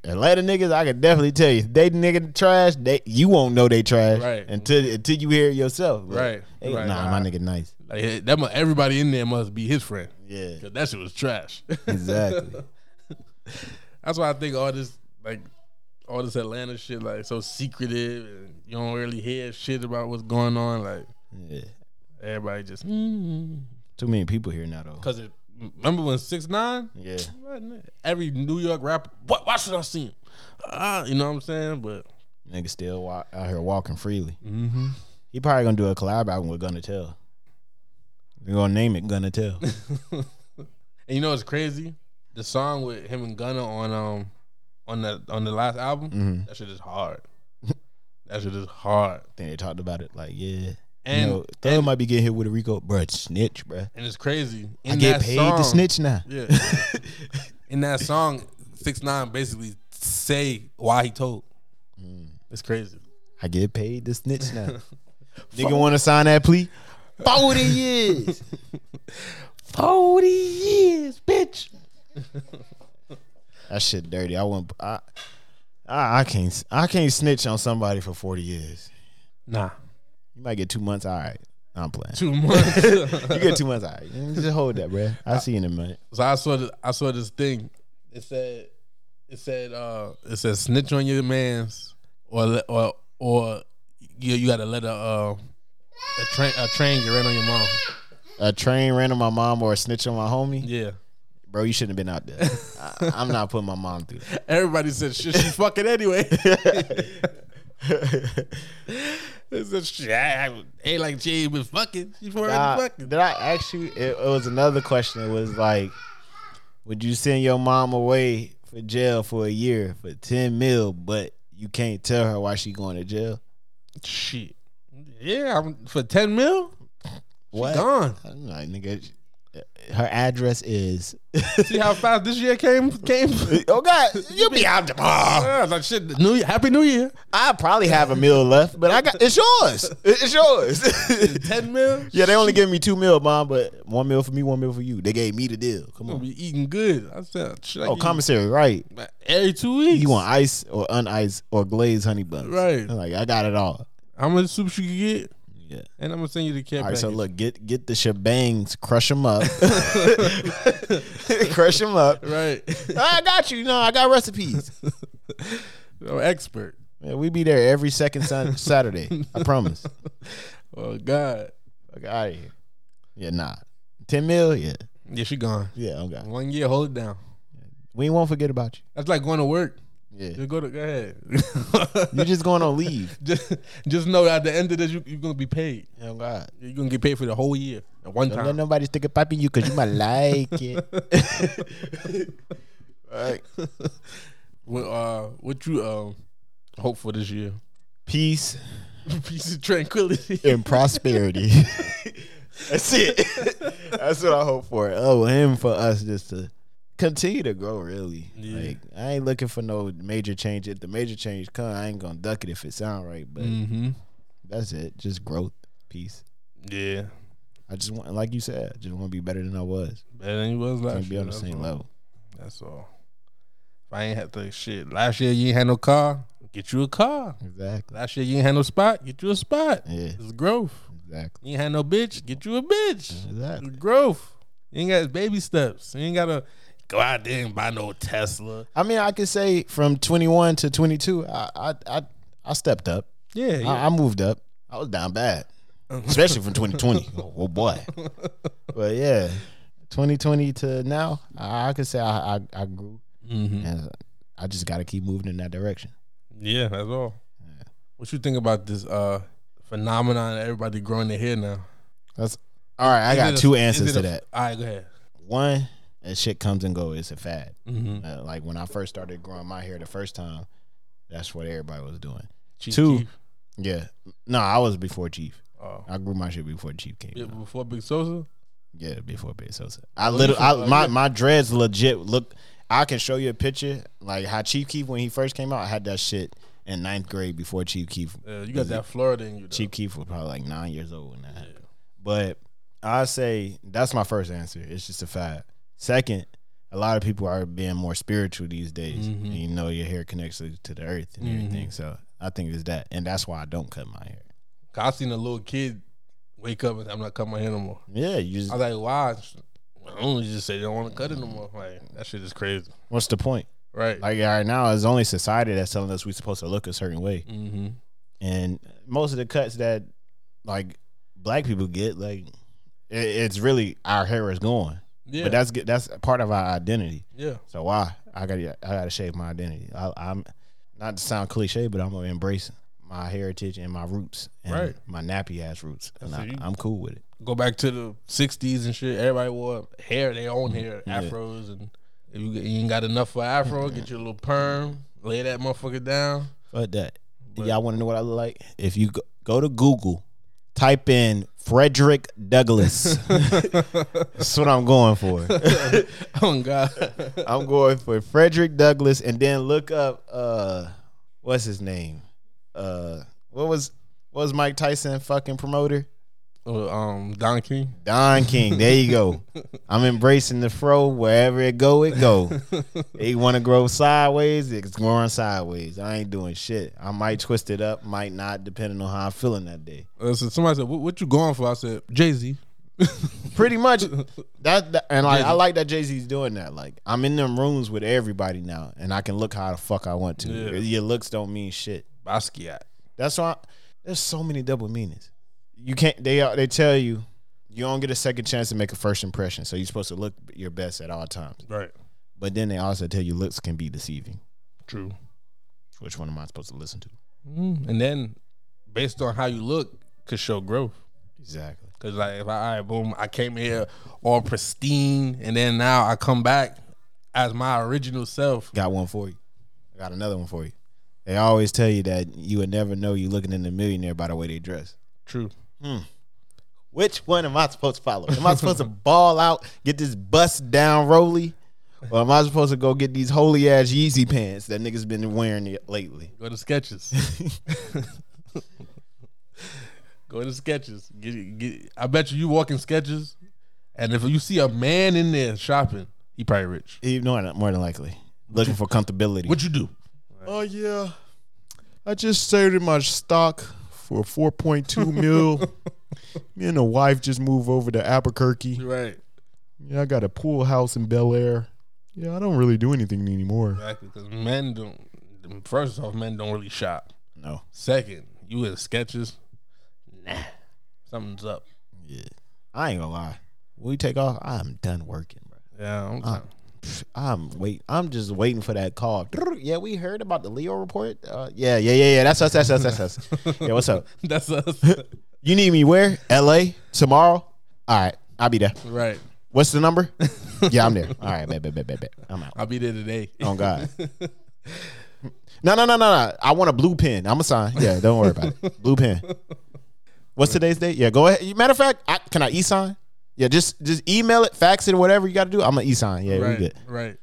Speaker 1: Atlanta niggas, I can definitely tell you, if they nigga trash. They you won't know they trash
Speaker 2: Right.
Speaker 1: until until you hear it yourself. But,
Speaker 2: Right,
Speaker 1: hey,
Speaker 2: right.
Speaker 1: Nah, my nigga, nice.
Speaker 2: Like eh, that, mu- everybody in there must be his friend.
Speaker 1: Yeah,
Speaker 2: 'Cause that shit was trash.
Speaker 1: exactly.
Speaker 2: that's why I think all this like all this Atlanta shit like so secretive and you don't really hear shit about what's going on. Like
Speaker 1: Yeah.
Speaker 2: everybody just because
Speaker 1: Too many people here now though.
Speaker 2: it. Remember when six nine?
Speaker 1: Yeah.
Speaker 2: Every New York rapper, what? Why should I see him? Ah, you know what I'm saying? But
Speaker 1: Nigga still walk, out here walking freely. Mm-hmm. He probably gonna do a collab album with Gunna Tell. They're gonna name it Gunna Tell.
Speaker 2: and you know what's crazy? The song with him and Gunna on um on the on the last album,
Speaker 1: Mm-hmm.
Speaker 2: that shit is hard. that shit is hard.
Speaker 1: think they talked about it. Like, yeah.
Speaker 2: And-
Speaker 1: you know, Thug might be getting hit with a Rico, bruh, snitch, bruh.
Speaker 2: And it's crazy. In
Speaker 1: I get
Speaker 2: that
Speaker 1: paid
Speaker 2: song,
Speaker 1: to snitch now.
Speaker 2: Yeah. In that song, six nine basically say why he told.
Speaker 1: Mm.
Speaker 2: It's crazy.
Speaker 1: I get paid to snitch now. Nigga want to sign that plea? 40 years. 40 years, bitch. that shit dirty. I wouldn't. I, I, I can't. I can't snitch on somebody for 40 years.
Speaker 2: Nah.
Speaker 1: You might get two months. All right. I'm playing.
Speaker 2: Two months.
Speaker 1: You get two months. All right. Just hold that, bruh. I'll see you in a minute.
Speaker 2: So I saw this, I saw this thing. It said it said uh it said snitch on your man's or le- or or you, you gotta let a uh a train a train get ran on your mom.
Speaker 1: A train ran on my mom or a snitch on my homie.
Speaker 2: Yeah.
Speaker 1: Bro, you shouldn't have been out there. I, I'm not putting my mom through that.
Speaker 2: Everybody said shit she fucking anyway. They said shit I- I- ain't like she ain't been fucking. She already
Speaker 1: Nah,
Speaker 2: fucking.
Speaker 1: did I ask you? It, it was another question. It was like, would you send your mom away for jail for a year for ten mil, but you can't tell her why she going to jail?
Speaker 2: Shit. Yeah, I'm for ten mil?
Speaker 1: What?
Speaker 2: Gone.
Speaker 1: I'm like, nigga, sh- uh, her address is.
Speaker 2: See how fast this year came came?
Speaker 1: oh God, you'll be out tomorrow.
Speaker 2: Yeah, like shit. New year, happy new year.
Speaker 1: I probably have a meal left, but I got it's yours. It- It's yours.
Speaker 2: Ten mil?
Speaker 1: yeah, they only give me two mil, mom, but one meal for me, one meal for you. They gave me the deal. Come
Speaker 2: gonna
Speaker 1: on.
Speaker 2: be eating good. I said, should I
Speaker 1: Oh,
Speaker 2: eat
Speaker 1: commissary, right?
Speaker 2: every two weeks?
Speaker 1: You want ice or unice or glazed honey buns?
Speaker 2: Right.
Speaker 1: I'm like I got it all.
Speaker 2: how much soups you can get?
Speaker 1: Yeah.
Speaker 2: And I'm gonna send you the care
Speaker 1: All right. So
Speaker 2: package.
Speaker 1: look, get get the shebangs, crush them up, crush them up.
Speaker 2: right,
Speaker 1: I got you. No, I got recipes.
Speaker 2: I'm expert.
Speaker 1: Man, we be there every second sun- Saturday. I promise.
Speaker 2: Oh God,
Speaker 1: Fuck out here. Yeah, nah. Ten mil. Yeah,
Speaker 2: yeah, she gone.
Speaker 1: yeah. I'm got.
Speaker 2: One year, hold it down.
Speaker 1: We won't forget about
Speaker 2: That's like going to work.
Speaker 1: you. Yeah.
Speaker 2: Just go to go ahead.
Speaker 1: You're just going on leave.
Speaker 2: just, just know at the end of this, you, you're gonna be paid.
Speaker 1: Oh God.
Speaker 2: You're gonna get paid for the whole year at one
Speaker 1: Don't
Speaker 2: time.
Speaker 1: let nobody stick a pipe in you because you might like it. right.
Speaker 2: What uh, what you um, hope for this year?
Speaker 1: Peace.
Speaker 2: Peace and tranquility.
Speaker 1: and prosperity. That's it. That's what I hope for. Oh, and for us just to continue to grow. Really,
Speaker 2: Yeah.
Speaker 1: like I ain't looking for no major change. If the major change come, I ain't gonna duck it if it sound right. But
Speaker 2: Mm-hmm.
Speaker 1: that's it. Just growth, peace.
Speaker 2: Yeah,
Speaker 1: I just want, like you said, I just want to be better than I was.
Speaker 2: better than you was last
Speaker 1: Can't be
Speaker 2: year.
Speaker 1: on the
Speaker 2: That's
Speaker 1: same
Speaker 2: all.
Speaker 1: level.
Speaker 2: That's all. If I ain't had the shit last year, you ain't had no car. Get you a car.
Speaker 1: Exactly.
Speaker 2: Last year you ain't had no spot. Get you a spot.
Speaker 1: Yeah.
Speaker 2: It's growth.
Speaker 1: Exactly.
Speaker 2: You ain't had no bitch. Get you a bitch.
Speaker 1: Exactly.
Speaker 2: It's growth. You ain't got baby steps. You ain't gotta go out there and buy no Tesla.
Speaker 1: I mean, I could say from 21 to 22, I I I, I stepped up.
Speaker 2: Yeah, yeah.
Speaker 1: I, I moved up. I was down bad, especially from 2020. oh, oh, boy, but yeah, 2020 to now, I, I could say I I, I grew,
Speaker 2: Mhm.
Speaker 1: and I just got to keep moving in that direction.
Speaker 2: yeah, that's all. What you think about this uh phenomenon of everybody growing their hair now?
Speaker 1: That's all right. I got two answers to that.
Speaker 2: All right, go ahead.
Speaker 1: One, that shit comes and goes. It's a fad.
Speaker 2: Mm-hmm.
Speaker 1: Uh, like when I first started growing my hair the first time, that's what everybody was doing.
Speaker 2: Chief
Speaker 1: Two.
Speaker 2: Keef.
Speaker 1: Yeah, no, I was before Chief.
Speaker 2: Oh.
Speaker 1: I grew my shit before Chief came.
Speaker 2: Yeah,
Speaker 1: out.
Speaker 2: before Big Sosa?
Speaker 1: Yeah, before Big Sosa. I literally, I, my, my dreads legit look. I can show you a picture like how Chief Keef when he first came out. I had that shit in ninth grade before Chief Keef.
Speaker 2: Yeah, you got that Florida in you. Though.
Speaker 1: Chief Keef was probably like nine years old when that happened. But I say that's my first answer. It's just a fact. Second, a lot of people are being more spiritual these days. And you know, your hair connects to to the earth and everything. So I think it's that, and that's why I don't cut my hair.
Speaker 2: 'Cause I seen a little kid wake up and say, I'm not cutting my hair no more.
Speaker 1: Yeah, you just
Speaker 2: I was like, why? I don't just say they don't want to cut it no more. Like that shit is crazy,
Speaker 1: what's the point?
Speaker 2: Right.
Speaker 1: Like right now, it's only society that's telling us we're supposed to look a certain way,
Speaker 2: mm-hmm.
Speaker 1: and most of the cuts that like black people get, like it, it's really our hair is going.
Speaker 2: Yeah.
Speaker 1: But that's good. That's part of our identity.
Speaker 2: yeah.
Speaker 1: So why I got to I got to shave my identity. I, I'm not to sound cliche, but I'm gonna embrace my heritage and my roots, and
Speaker 2: Right.
Speaker 1: My nappy ass roots, and
Speaker 2: So
Speaker 1: I,
Speaker 2: you-
Speaker 1: I'm cool with it.
Speaker 2: Go back to the '60s and shit. Everybody wore hair, their own hair, afros, and if you, you ain't got enough for afro, get you a little perm, lay that motherfucker down.
Speaker 1: But that
Speaker 2: But-
Speaker 1: y'all want to know what I look like? If you go, go to Google, type in Frederick Douglass. That's what I'm going for.
Speaker 2: oh God.
Speaker 1: I'm going for Frederick Douglass, and then look up uh, what's his name? Uh, what was what was Mike Tyson fucking promoter?
Speaker 2: Well, um, Don King.
Speaker 1: Don King. There you go. I'm embracing the fro wherever it go, it go. They want to grow sideways, it's growing sideways. I ain't doing shit. I might twist it up, might not, depending on how I'm feeling that day.
Speaker 2: Listen, somebody said, what, "What you going for?" I said, "Jay Z."
Speaker 1: Pretty much. That, that- and like I
Speaker 2: Jay-Z.
Speaker 1: like that Jay Z's doing that. Like I'm in them rooms with everybody now, and I can look how the fuck I want to.
Speaker 2: Yeah.
Speaker 1: Your looks don't mean shit.
Speaker 2: Basquiat.
Speaker 1: That's why there's so many double meanings. You can't. They uh, they tell you you don't get a second chance to make a first impression, so you're supposed to look your best at all times.
Speaker 2: Right.
Speaker 1: But then they also tell you looks can be deceiving.
Speaker 2: True.
Speaker 1: Which one am I supposed to listen to?
Speaker 2: Mm, And then, based on how you look, could show growth.
Speaker 1: Exactly.
Speaker 2: Cause like if I all right, boom, I came here all pristine, and then now I come back as my original self.
Speaker 1: Got one for you. I got another one for you. They always tell you that you would never know you looking in the millionaire by the way they dress.
Speaker 2: True.
Speaker 1: Which one am I supposed to follow? Am I supposed to ball out, get this bust down roly? Or am I supposed to go get these holy ass Yeezy pants that niggas been wearing it lately?
Speaker 2: Go to sketches. Go to sketches. Get, get, I bet you you walk in sketches, and if you see a man in there shopping, he probably rich.
Speaker 1: You know it, more than likely. Looking for comfortability.
Speaker 2: What you do?
Speaker 1: Oh yeah, I just started my stock for four point two mil. Me and the wife just moved over to Albuquerque.
Speaker 2: Right.
Speaker 1: Yeah, I got a pool house in Bel Air. Yeah, I don't really do anything anymore.
Speaker 2: Exactly. Because men don't. First off, men don't really shop.
Speaker 1: No.
Speaker 2: Second, you in sketches. Nah, something's up.
Speaker 1: Yeah, I ain't gonna lie. When we take off, I'm done working, bro.
Speaker 2: Yeah. I'm
Speaker 1: Uh, pff, I'm wait. I'm just waiting for that call. Yeah, we heard about the Leo report. Uh, yeah, yeah, yeah, yeah. That's us. That's us. That's us. Yeah, what's up?
Speaker 2: That's us.
Speaker 1: You need me where? L.A. tomorrow. All right, I'll be there.
Speaker 2: right.
Speaker 1: What's the number? yeah, I'm there. All right, bet, bet, bet, bet, bet. I'm out.
Speaker 2: I'll be there today.
Speaker 1: Oh God. No, no, no, no, no. I want a blue pen. I'm a sign. Yeah, don't worry about it. Blue pen. What's today's date? Yeah, go ahead. Matter of fact, I, can I e-sign? Yeah, just just email it, fax it, whatever you got to do. I'm gonna e-sign. Yeah,
Speaker 2: right.
Speaker 1: we good.
Speaker 2: Right.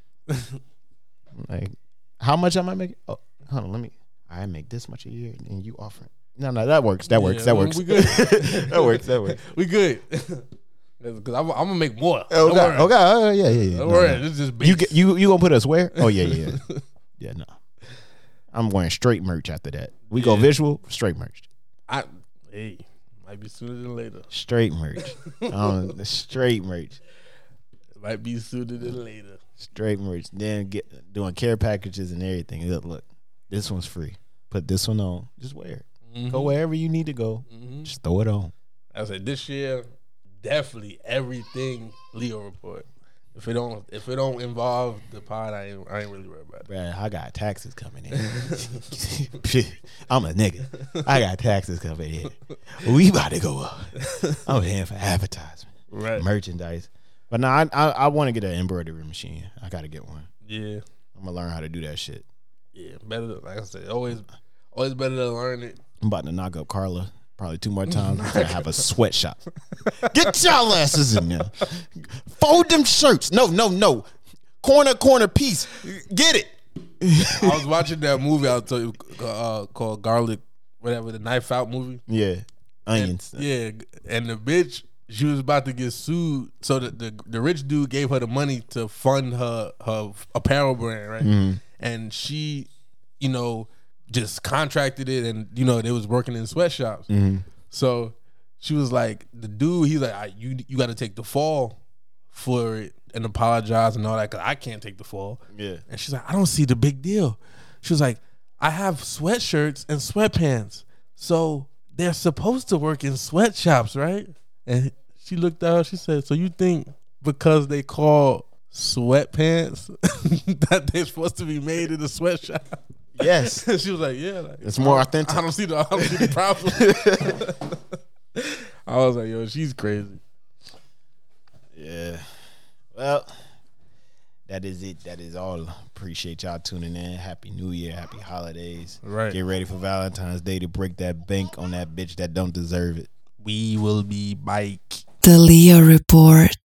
Speaker 1: Like, how much am I making? Oh, hold on. Let me. I make this much a year, and you offer. it. No, no, that works. That works.
Speaker 2: Yeah,
Speaker 1: that works.
Speaker 2: We good.
Speaker 1: that works. That works.
Speaker 2: we good. Because I'm, I'm gonna make more.
Speaker 1: Oh
Speaker 2: Don't
Speaker 1: God.
Speaker 2: worry.
Speaker 1: Oh God. Oh, yeah, yeah, yeah.
Speaker 2: Don't
Speaker 1: No,
Speaker 2: worry.
Speaker 1: no.
Speaker 2: This is just
Speaker 1: You
Speaker 2: base.
Speaker 1: get you you gonna put us where? Oh yeah, yeah, yeah. yeah, no. I'm wearing straight merch after that. We go
Speaker 2: Yeah.
Speaker 1: visual, straight merch.
Speaker 2: I, hey, might be sooner than later.
Speaker 1: Straight merch. um, straight merch.
Speaker 2: Might be sooner than later.
Speaker 1: Straight merch. Then get doing care packages and everything. Look, look, this one's free. Put this one on. Just wear it. Go wherever you need to go.
Speaker 2: Mm-hmm.
Speaker 1: Just throw it on.
Speaker 2: I said this year, definitely everything Leo report. If it don't, if it don't involve the pod, I ain't, I ain't really worried about it.
Speaker 1: Bruh, I got taxes coming in. I'm a nigga. I got taxes coming in. We about to go up. I'm here for advertisement.
Speaker 2: Right.
Speaker 1: merchandise. But no, I I, I want to get an embroidery machine. I gotta get one.
Speaker 2: Yeah.
Speaker 1: I'm gonna learn how to do that shit.
Speaker 2: Yeah. Better. than- Like I said, always, always better to learn it.
Speaker 1: I'm about to knock up Carla probably two more times. I'm gonna have a sweatshop. Get y'all asses in there. Fold them shirts. No, no, no. Corner, corner piece. Get it.
Speaker 2: I was watching that movie. I'll tell you uh, called Garlic, whatever the Knife Out movie.
Speaker 1: Yeah. Onions.
Speaker 2: Yeah, and the bitch, she was about to get sued. So the, the the rich dude gave her the money to fund her her apparel brand, right? And she, you know, just contracted it, and you know they was working in sweatshops. So she was like, the dude, he's like, "Ah, you you got to take the fall for it and apologize and all that because I can't take the fall.
Speaker 1: Yeah.
Speaker 2: And she's like, I don't see the big deal. She was like, I have sweatshirts and sweatpants. So they're supposed to work in sweatshops, right? And she looked out, she said, So you think because they call sweatpants that they're supposed to be made in a sweatshop?
Speaker 1: Yes.
Speaker 2: she was like, Yeah, like,
Speaker 1: It's more
Speaker 2: I
Speaker 1: authentic.
Speaker 2: don't see the I don't see the problem. I was like, yo, she's crazy.
Speaker 1: Yeah. Well, that is it. That is all. Appreciate y'all tuning in. Happy New Year. Happy holidays.
Speaker 2: Right.
Speaker 1: Get ready for Valentine's Day to break that bank on that bitch that don't deserve it.
Speaker 2: We will be bike.
Speaker 5: The Leo Report.